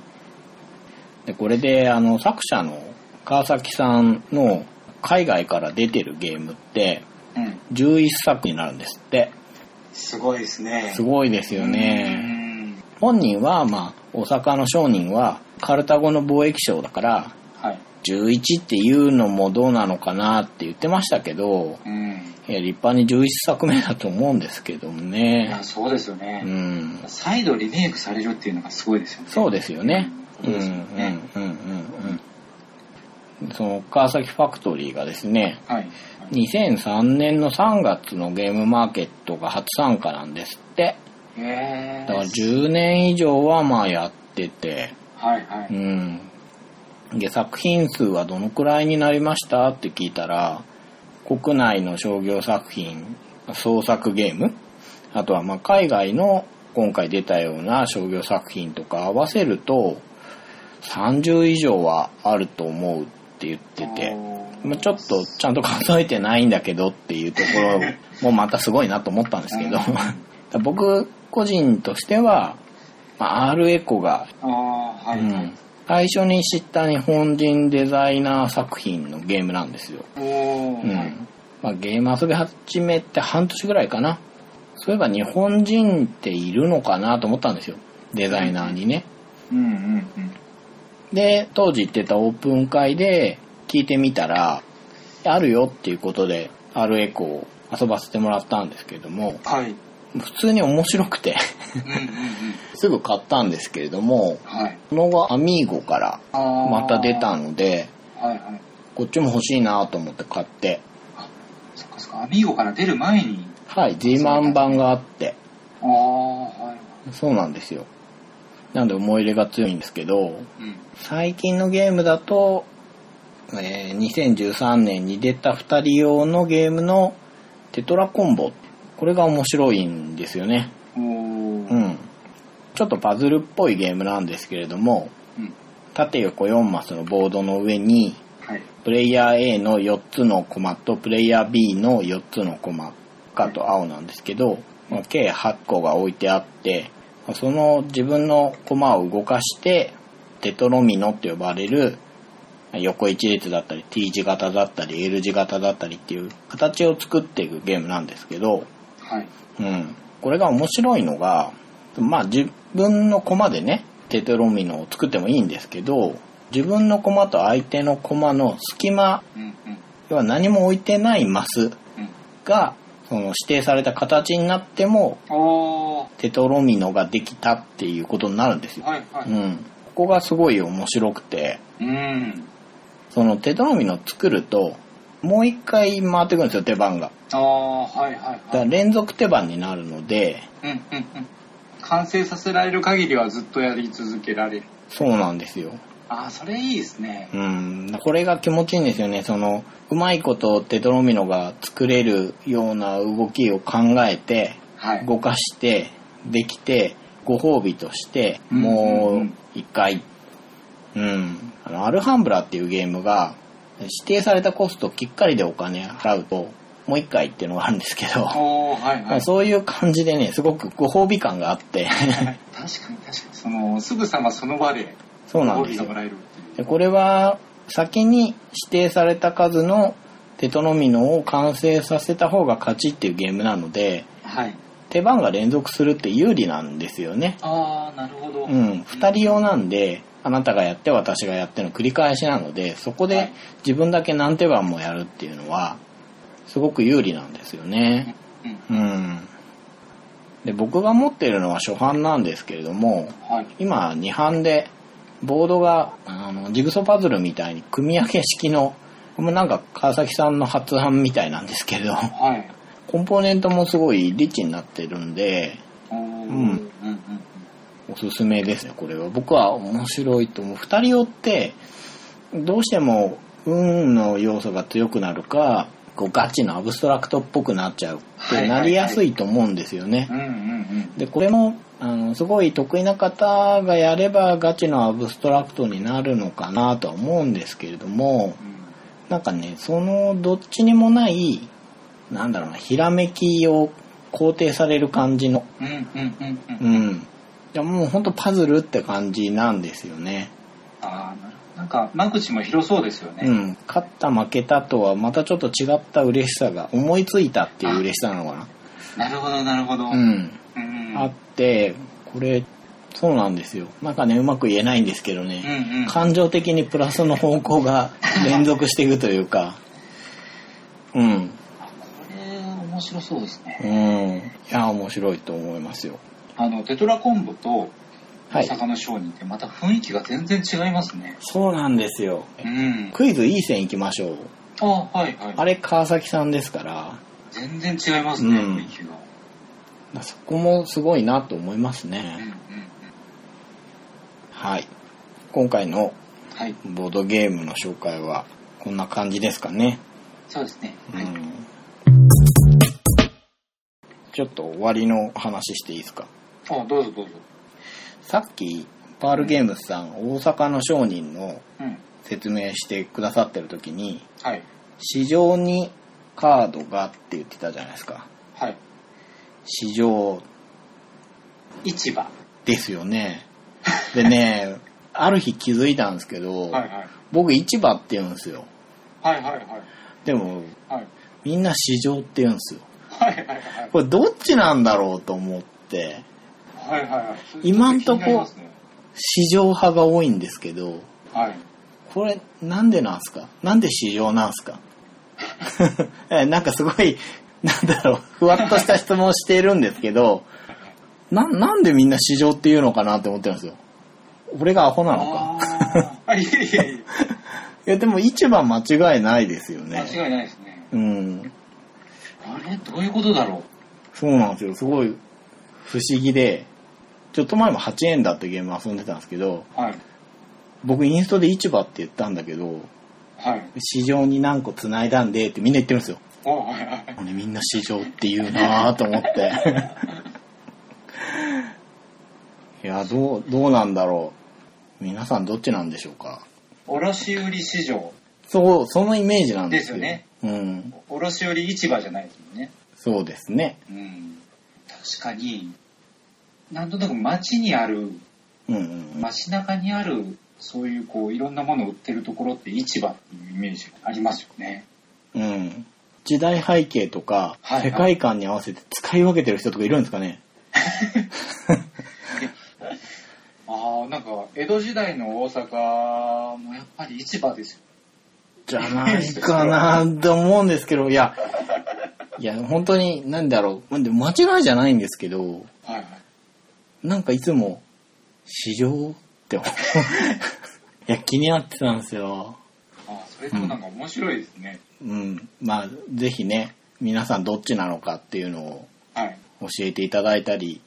でこれであの作者の川崎さんの海外から出てるゲームってうん、 11作になるんですって。すごいですねすごいですよね。本人は、まあ、大阪の商人はカルタゴの貿易商だから、うんはい11っていうのもどうなのかなって言ってましたけど、うんいや、立派に11作目だと思うんですけどもいねや。そうですようね、ん。再度リメイクされるっていうのがすごいですよねそうですよね。うそん、ううん、でうすんよね、うん、うん。その、川崎ファクトリーがですね、はい2003年の3月のゲームマーケットが初参加なんですって。へだーから10年以上はまあやってて、はいはういん。で、作品数はどのくらいになりましたって聞いたら、国内の商業作品、創作ゲームあとはまあ海外の今回出たような商業作品とか合わせると、30以上はあると思うって言ってて、まあ、ちょっとちゃんと数えてないんだけどっていうところもまたすごいなと思ったんですけど、 僕個人としては、まあ、R エコがああはいはういん、最初に知った日本人デザイナー作品のゲームなんですよ、おうーはいんまあ、ゲーム遊び始めて半年ぐらいかなそういえば日本人っているのかなと思ったんですよデザイナーにねうんうんうんで当時行ってたオープン会で聞いてみたらあるよっていうことで R エコを遊ばせてもらったんですけどもはい普通に面白くて うんうんうんすぐ買ったんですけれどもはいその後アミーゴからあーまた出たのではいはいこっちも欲しいなと思って買って、そっかそっかアミーゴから出る前にはい、ジーマン版があって、ああはいそうなんですよ。なんで思い入れが強いんですけど、うん最近のゲームだと、えー2013年に出た2人用のゲームのテトラコンボ。これが面白いんですよね。おーうん。ちょっとパズルっぽいゲームなんですけれども、うん縦横4マスのボードの上に、はいプレイヤー A の4つのコマとプレイヤー B の4つのコマ赤と青なんですけど、まあ計8個が置いてあってまあその自分のコマを動かしてテトロミノって呼ばれるまあ横一列だったり T 字型だったり L 字型だったりっていう形を作っていくゲームなんですけど、はいうん、これが面白いのが、まあ自分の駒でね、テトロミノを作ってもいいんですけど、自分の駒と相手の駒の隙間、うんうん要は何も置いてないマスうんが、その指定された形になっても、おーテトロミノができたっていうことになるんですよ。はいはういん。ここがすごい面白くて、うんそのテトロミノ作ると、もう一回回ってくるんですよ、手番が。ああはいはいだかはらい連続手番になるので、うんうんうん完成させられる限りはずっとやり続けられるそうなんですよ。ああそれいいですねうん、これが気持ちいいんですよね。その、うまいことテトロミノが作れるような動きを考えて、はい動かして、できて、ご褒美として、うんうんもううん一回、うん、あの、アルハンブラっていうゲームが、指定されたコストをきっかりでお金払うと、もう一回っていうのがあるんですけど、おおはいはいそういう感じでね、すごくご褒美感があって、はい確かに確かにそのすぐさまその場で そうなんボでディすがよも。らえるっていうでこれは先に指定された数のテトロミノを完成させた方が勝ちっていうゲームなのではい手番が連続するって有利なんですよね。ああなるほどうん、2人用なんであなたがやって私がやっての繰り返しなのでそこはでい自分だけ何手番もやるっていうのはすごく有利なんですよね。うんうん、で、僕が持ってるのは初版なんですけれども、はい。今2版でボードがあのジグソーパズルみたいに組み上げ式のこれもなんか川崎さんの発案みたいなんですけどはい。コンポーネントもすごいリッチになってるんでうーん。ううんんうんおすすめですねこれは僕は面白いと思う2人追ってどうしても運の要素が強くなるかこうガチのアブストラクトっぽくなっちゃうってなりやすいと思うんですよねうん。うんうんでこれもあのすごい得意な方がやればガチのアブストラクトになるのかなとは思うんですけれどもうなんかねそのどっちにもないなんだろうなひらめきを肯定される感じのん。うんうんうんうんう。んいやもうほんとパズルって感じなんですよねああ、なんか、間口も広そうですようね。ん勝った負けたとはまたちょっと違った嬉しさが思いついたっていう嬉しさなのかなるほど、なるほど。なうんうんあってこれそうなんですよなんかねうまく言えないんですけどね、うんうん。感情的にプラスの方向が連続していくという か、うん、これ、面白そうですね。うん、いや、面白いと思いますよ。あの、テトラコンボとは大い。阪の商人ってまた雰囲気が全然違いますね。そうなんですよ。うん。クイズいい線行きましょう。あはいはい。あれ、川崎さんですから、全然違いますね、うん雰囲気が。そこもすごいなと思いますうんうんね。うん。はい。今回のはい。ボードゲームの紹介は、こんな感じですかね。そうですね。うはい。ん。ちょっと終わりの話していいですかあどうぞどうぞ。さっき、パールゲームズさん、大阪の商人のうん。説明してくださってる時に、はい。市場にカードがって言ってたじゃないですか。はい。市場市場。はですよ ね。でね、ある日気づいたんですけど、いはい。僕市場って言うんですよ。はいはいはい。でも、はい。みんな市場って言うんですよ。はいはいはい。これどっちなんだろうと思って、はいはいはい。今んとこ気になりますね市場派が多いんですけど、はい。これなんでなんすかなんで市場なんすか えなんかすごい、なんだろう、ふわっとした質問をしているんですけど、な、なんでみんな市場っていうのかなって思ってるんですよ。俺がアホなのか。あーあ、いえいえいえ。いや、でも市場間違いないですよ ね。間違いないですね。うん。あれどういうことだろそうなんですよ。すごい不思議で、ちょっと前も8円だってゲーム遊んでたんですけど、うはい。僕インストで市場って言ったんだけど、はい。市場に何個繋いだんでってみんな言ってるんですよ。おはいはい。俺みんな市場って言うなぁと思って。 いや、どう、どうなんだろう。皆さんどっちなんでしょうか。卸売市場。そう、そのイメージなんですよ。でうん。卸売市場じゃないですもんね。そうですね。うん。確かに、なんとなく街にある、うんうん街中にある、そういうこう、いろんなものを売ってるところって市場っていうイメージがありますよね。うん。うん。時代背景とか、はいはい世界観に合わせて使い分けてる人とかいるんですかね。ああ、なんか、江戸時代の大阪もやっぱり市場ですよ。じゃないかなと思うんですけど、いや、いや、本当に、なんだろう。でも間違いじゃないんですけど、はいなんかいつも、市場って思う。 いや、気になってたんですよ。ああ、それでもなんか面白いですね。うん。まあ、ぜひね、皆さんどっちなのかっていうのをはい。教えていただいたり、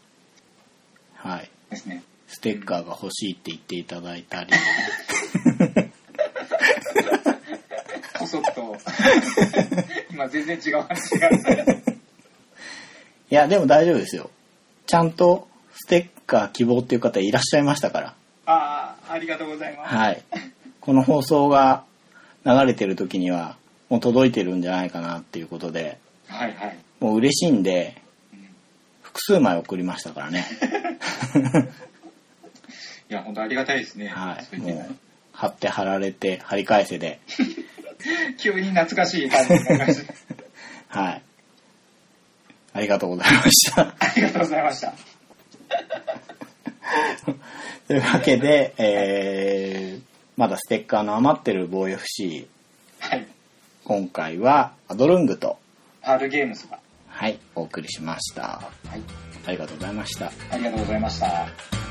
はい。ですね。ステッカーが欲しいって言っていただいたり、こそっ と。今全然違う話が。 はいや、でも大丈夫ですよ。ちゃんとステッカー希望っていう方いらっしゃいましたから。ああ、ありがとうございます。はい。この放送が流れてる時には、もう届いてるんじゃないかなっていうことで、はいはい。もう嬉しいんで、うんい複数枚送りましたからね。や、本当ありがたい ですね。はそうい。言っていたも、だいう貼って貼られて、貼り返せで。急に懐かしい感じの感じはい。ありがとうございました。ありがとうございました。というわけで、えー、まだステッカーの余ってる棒 FC、はい。今回はアドルングと、パールゲームスが。はい、お送りしました。はい、ありがとうございました。ありがとうございました。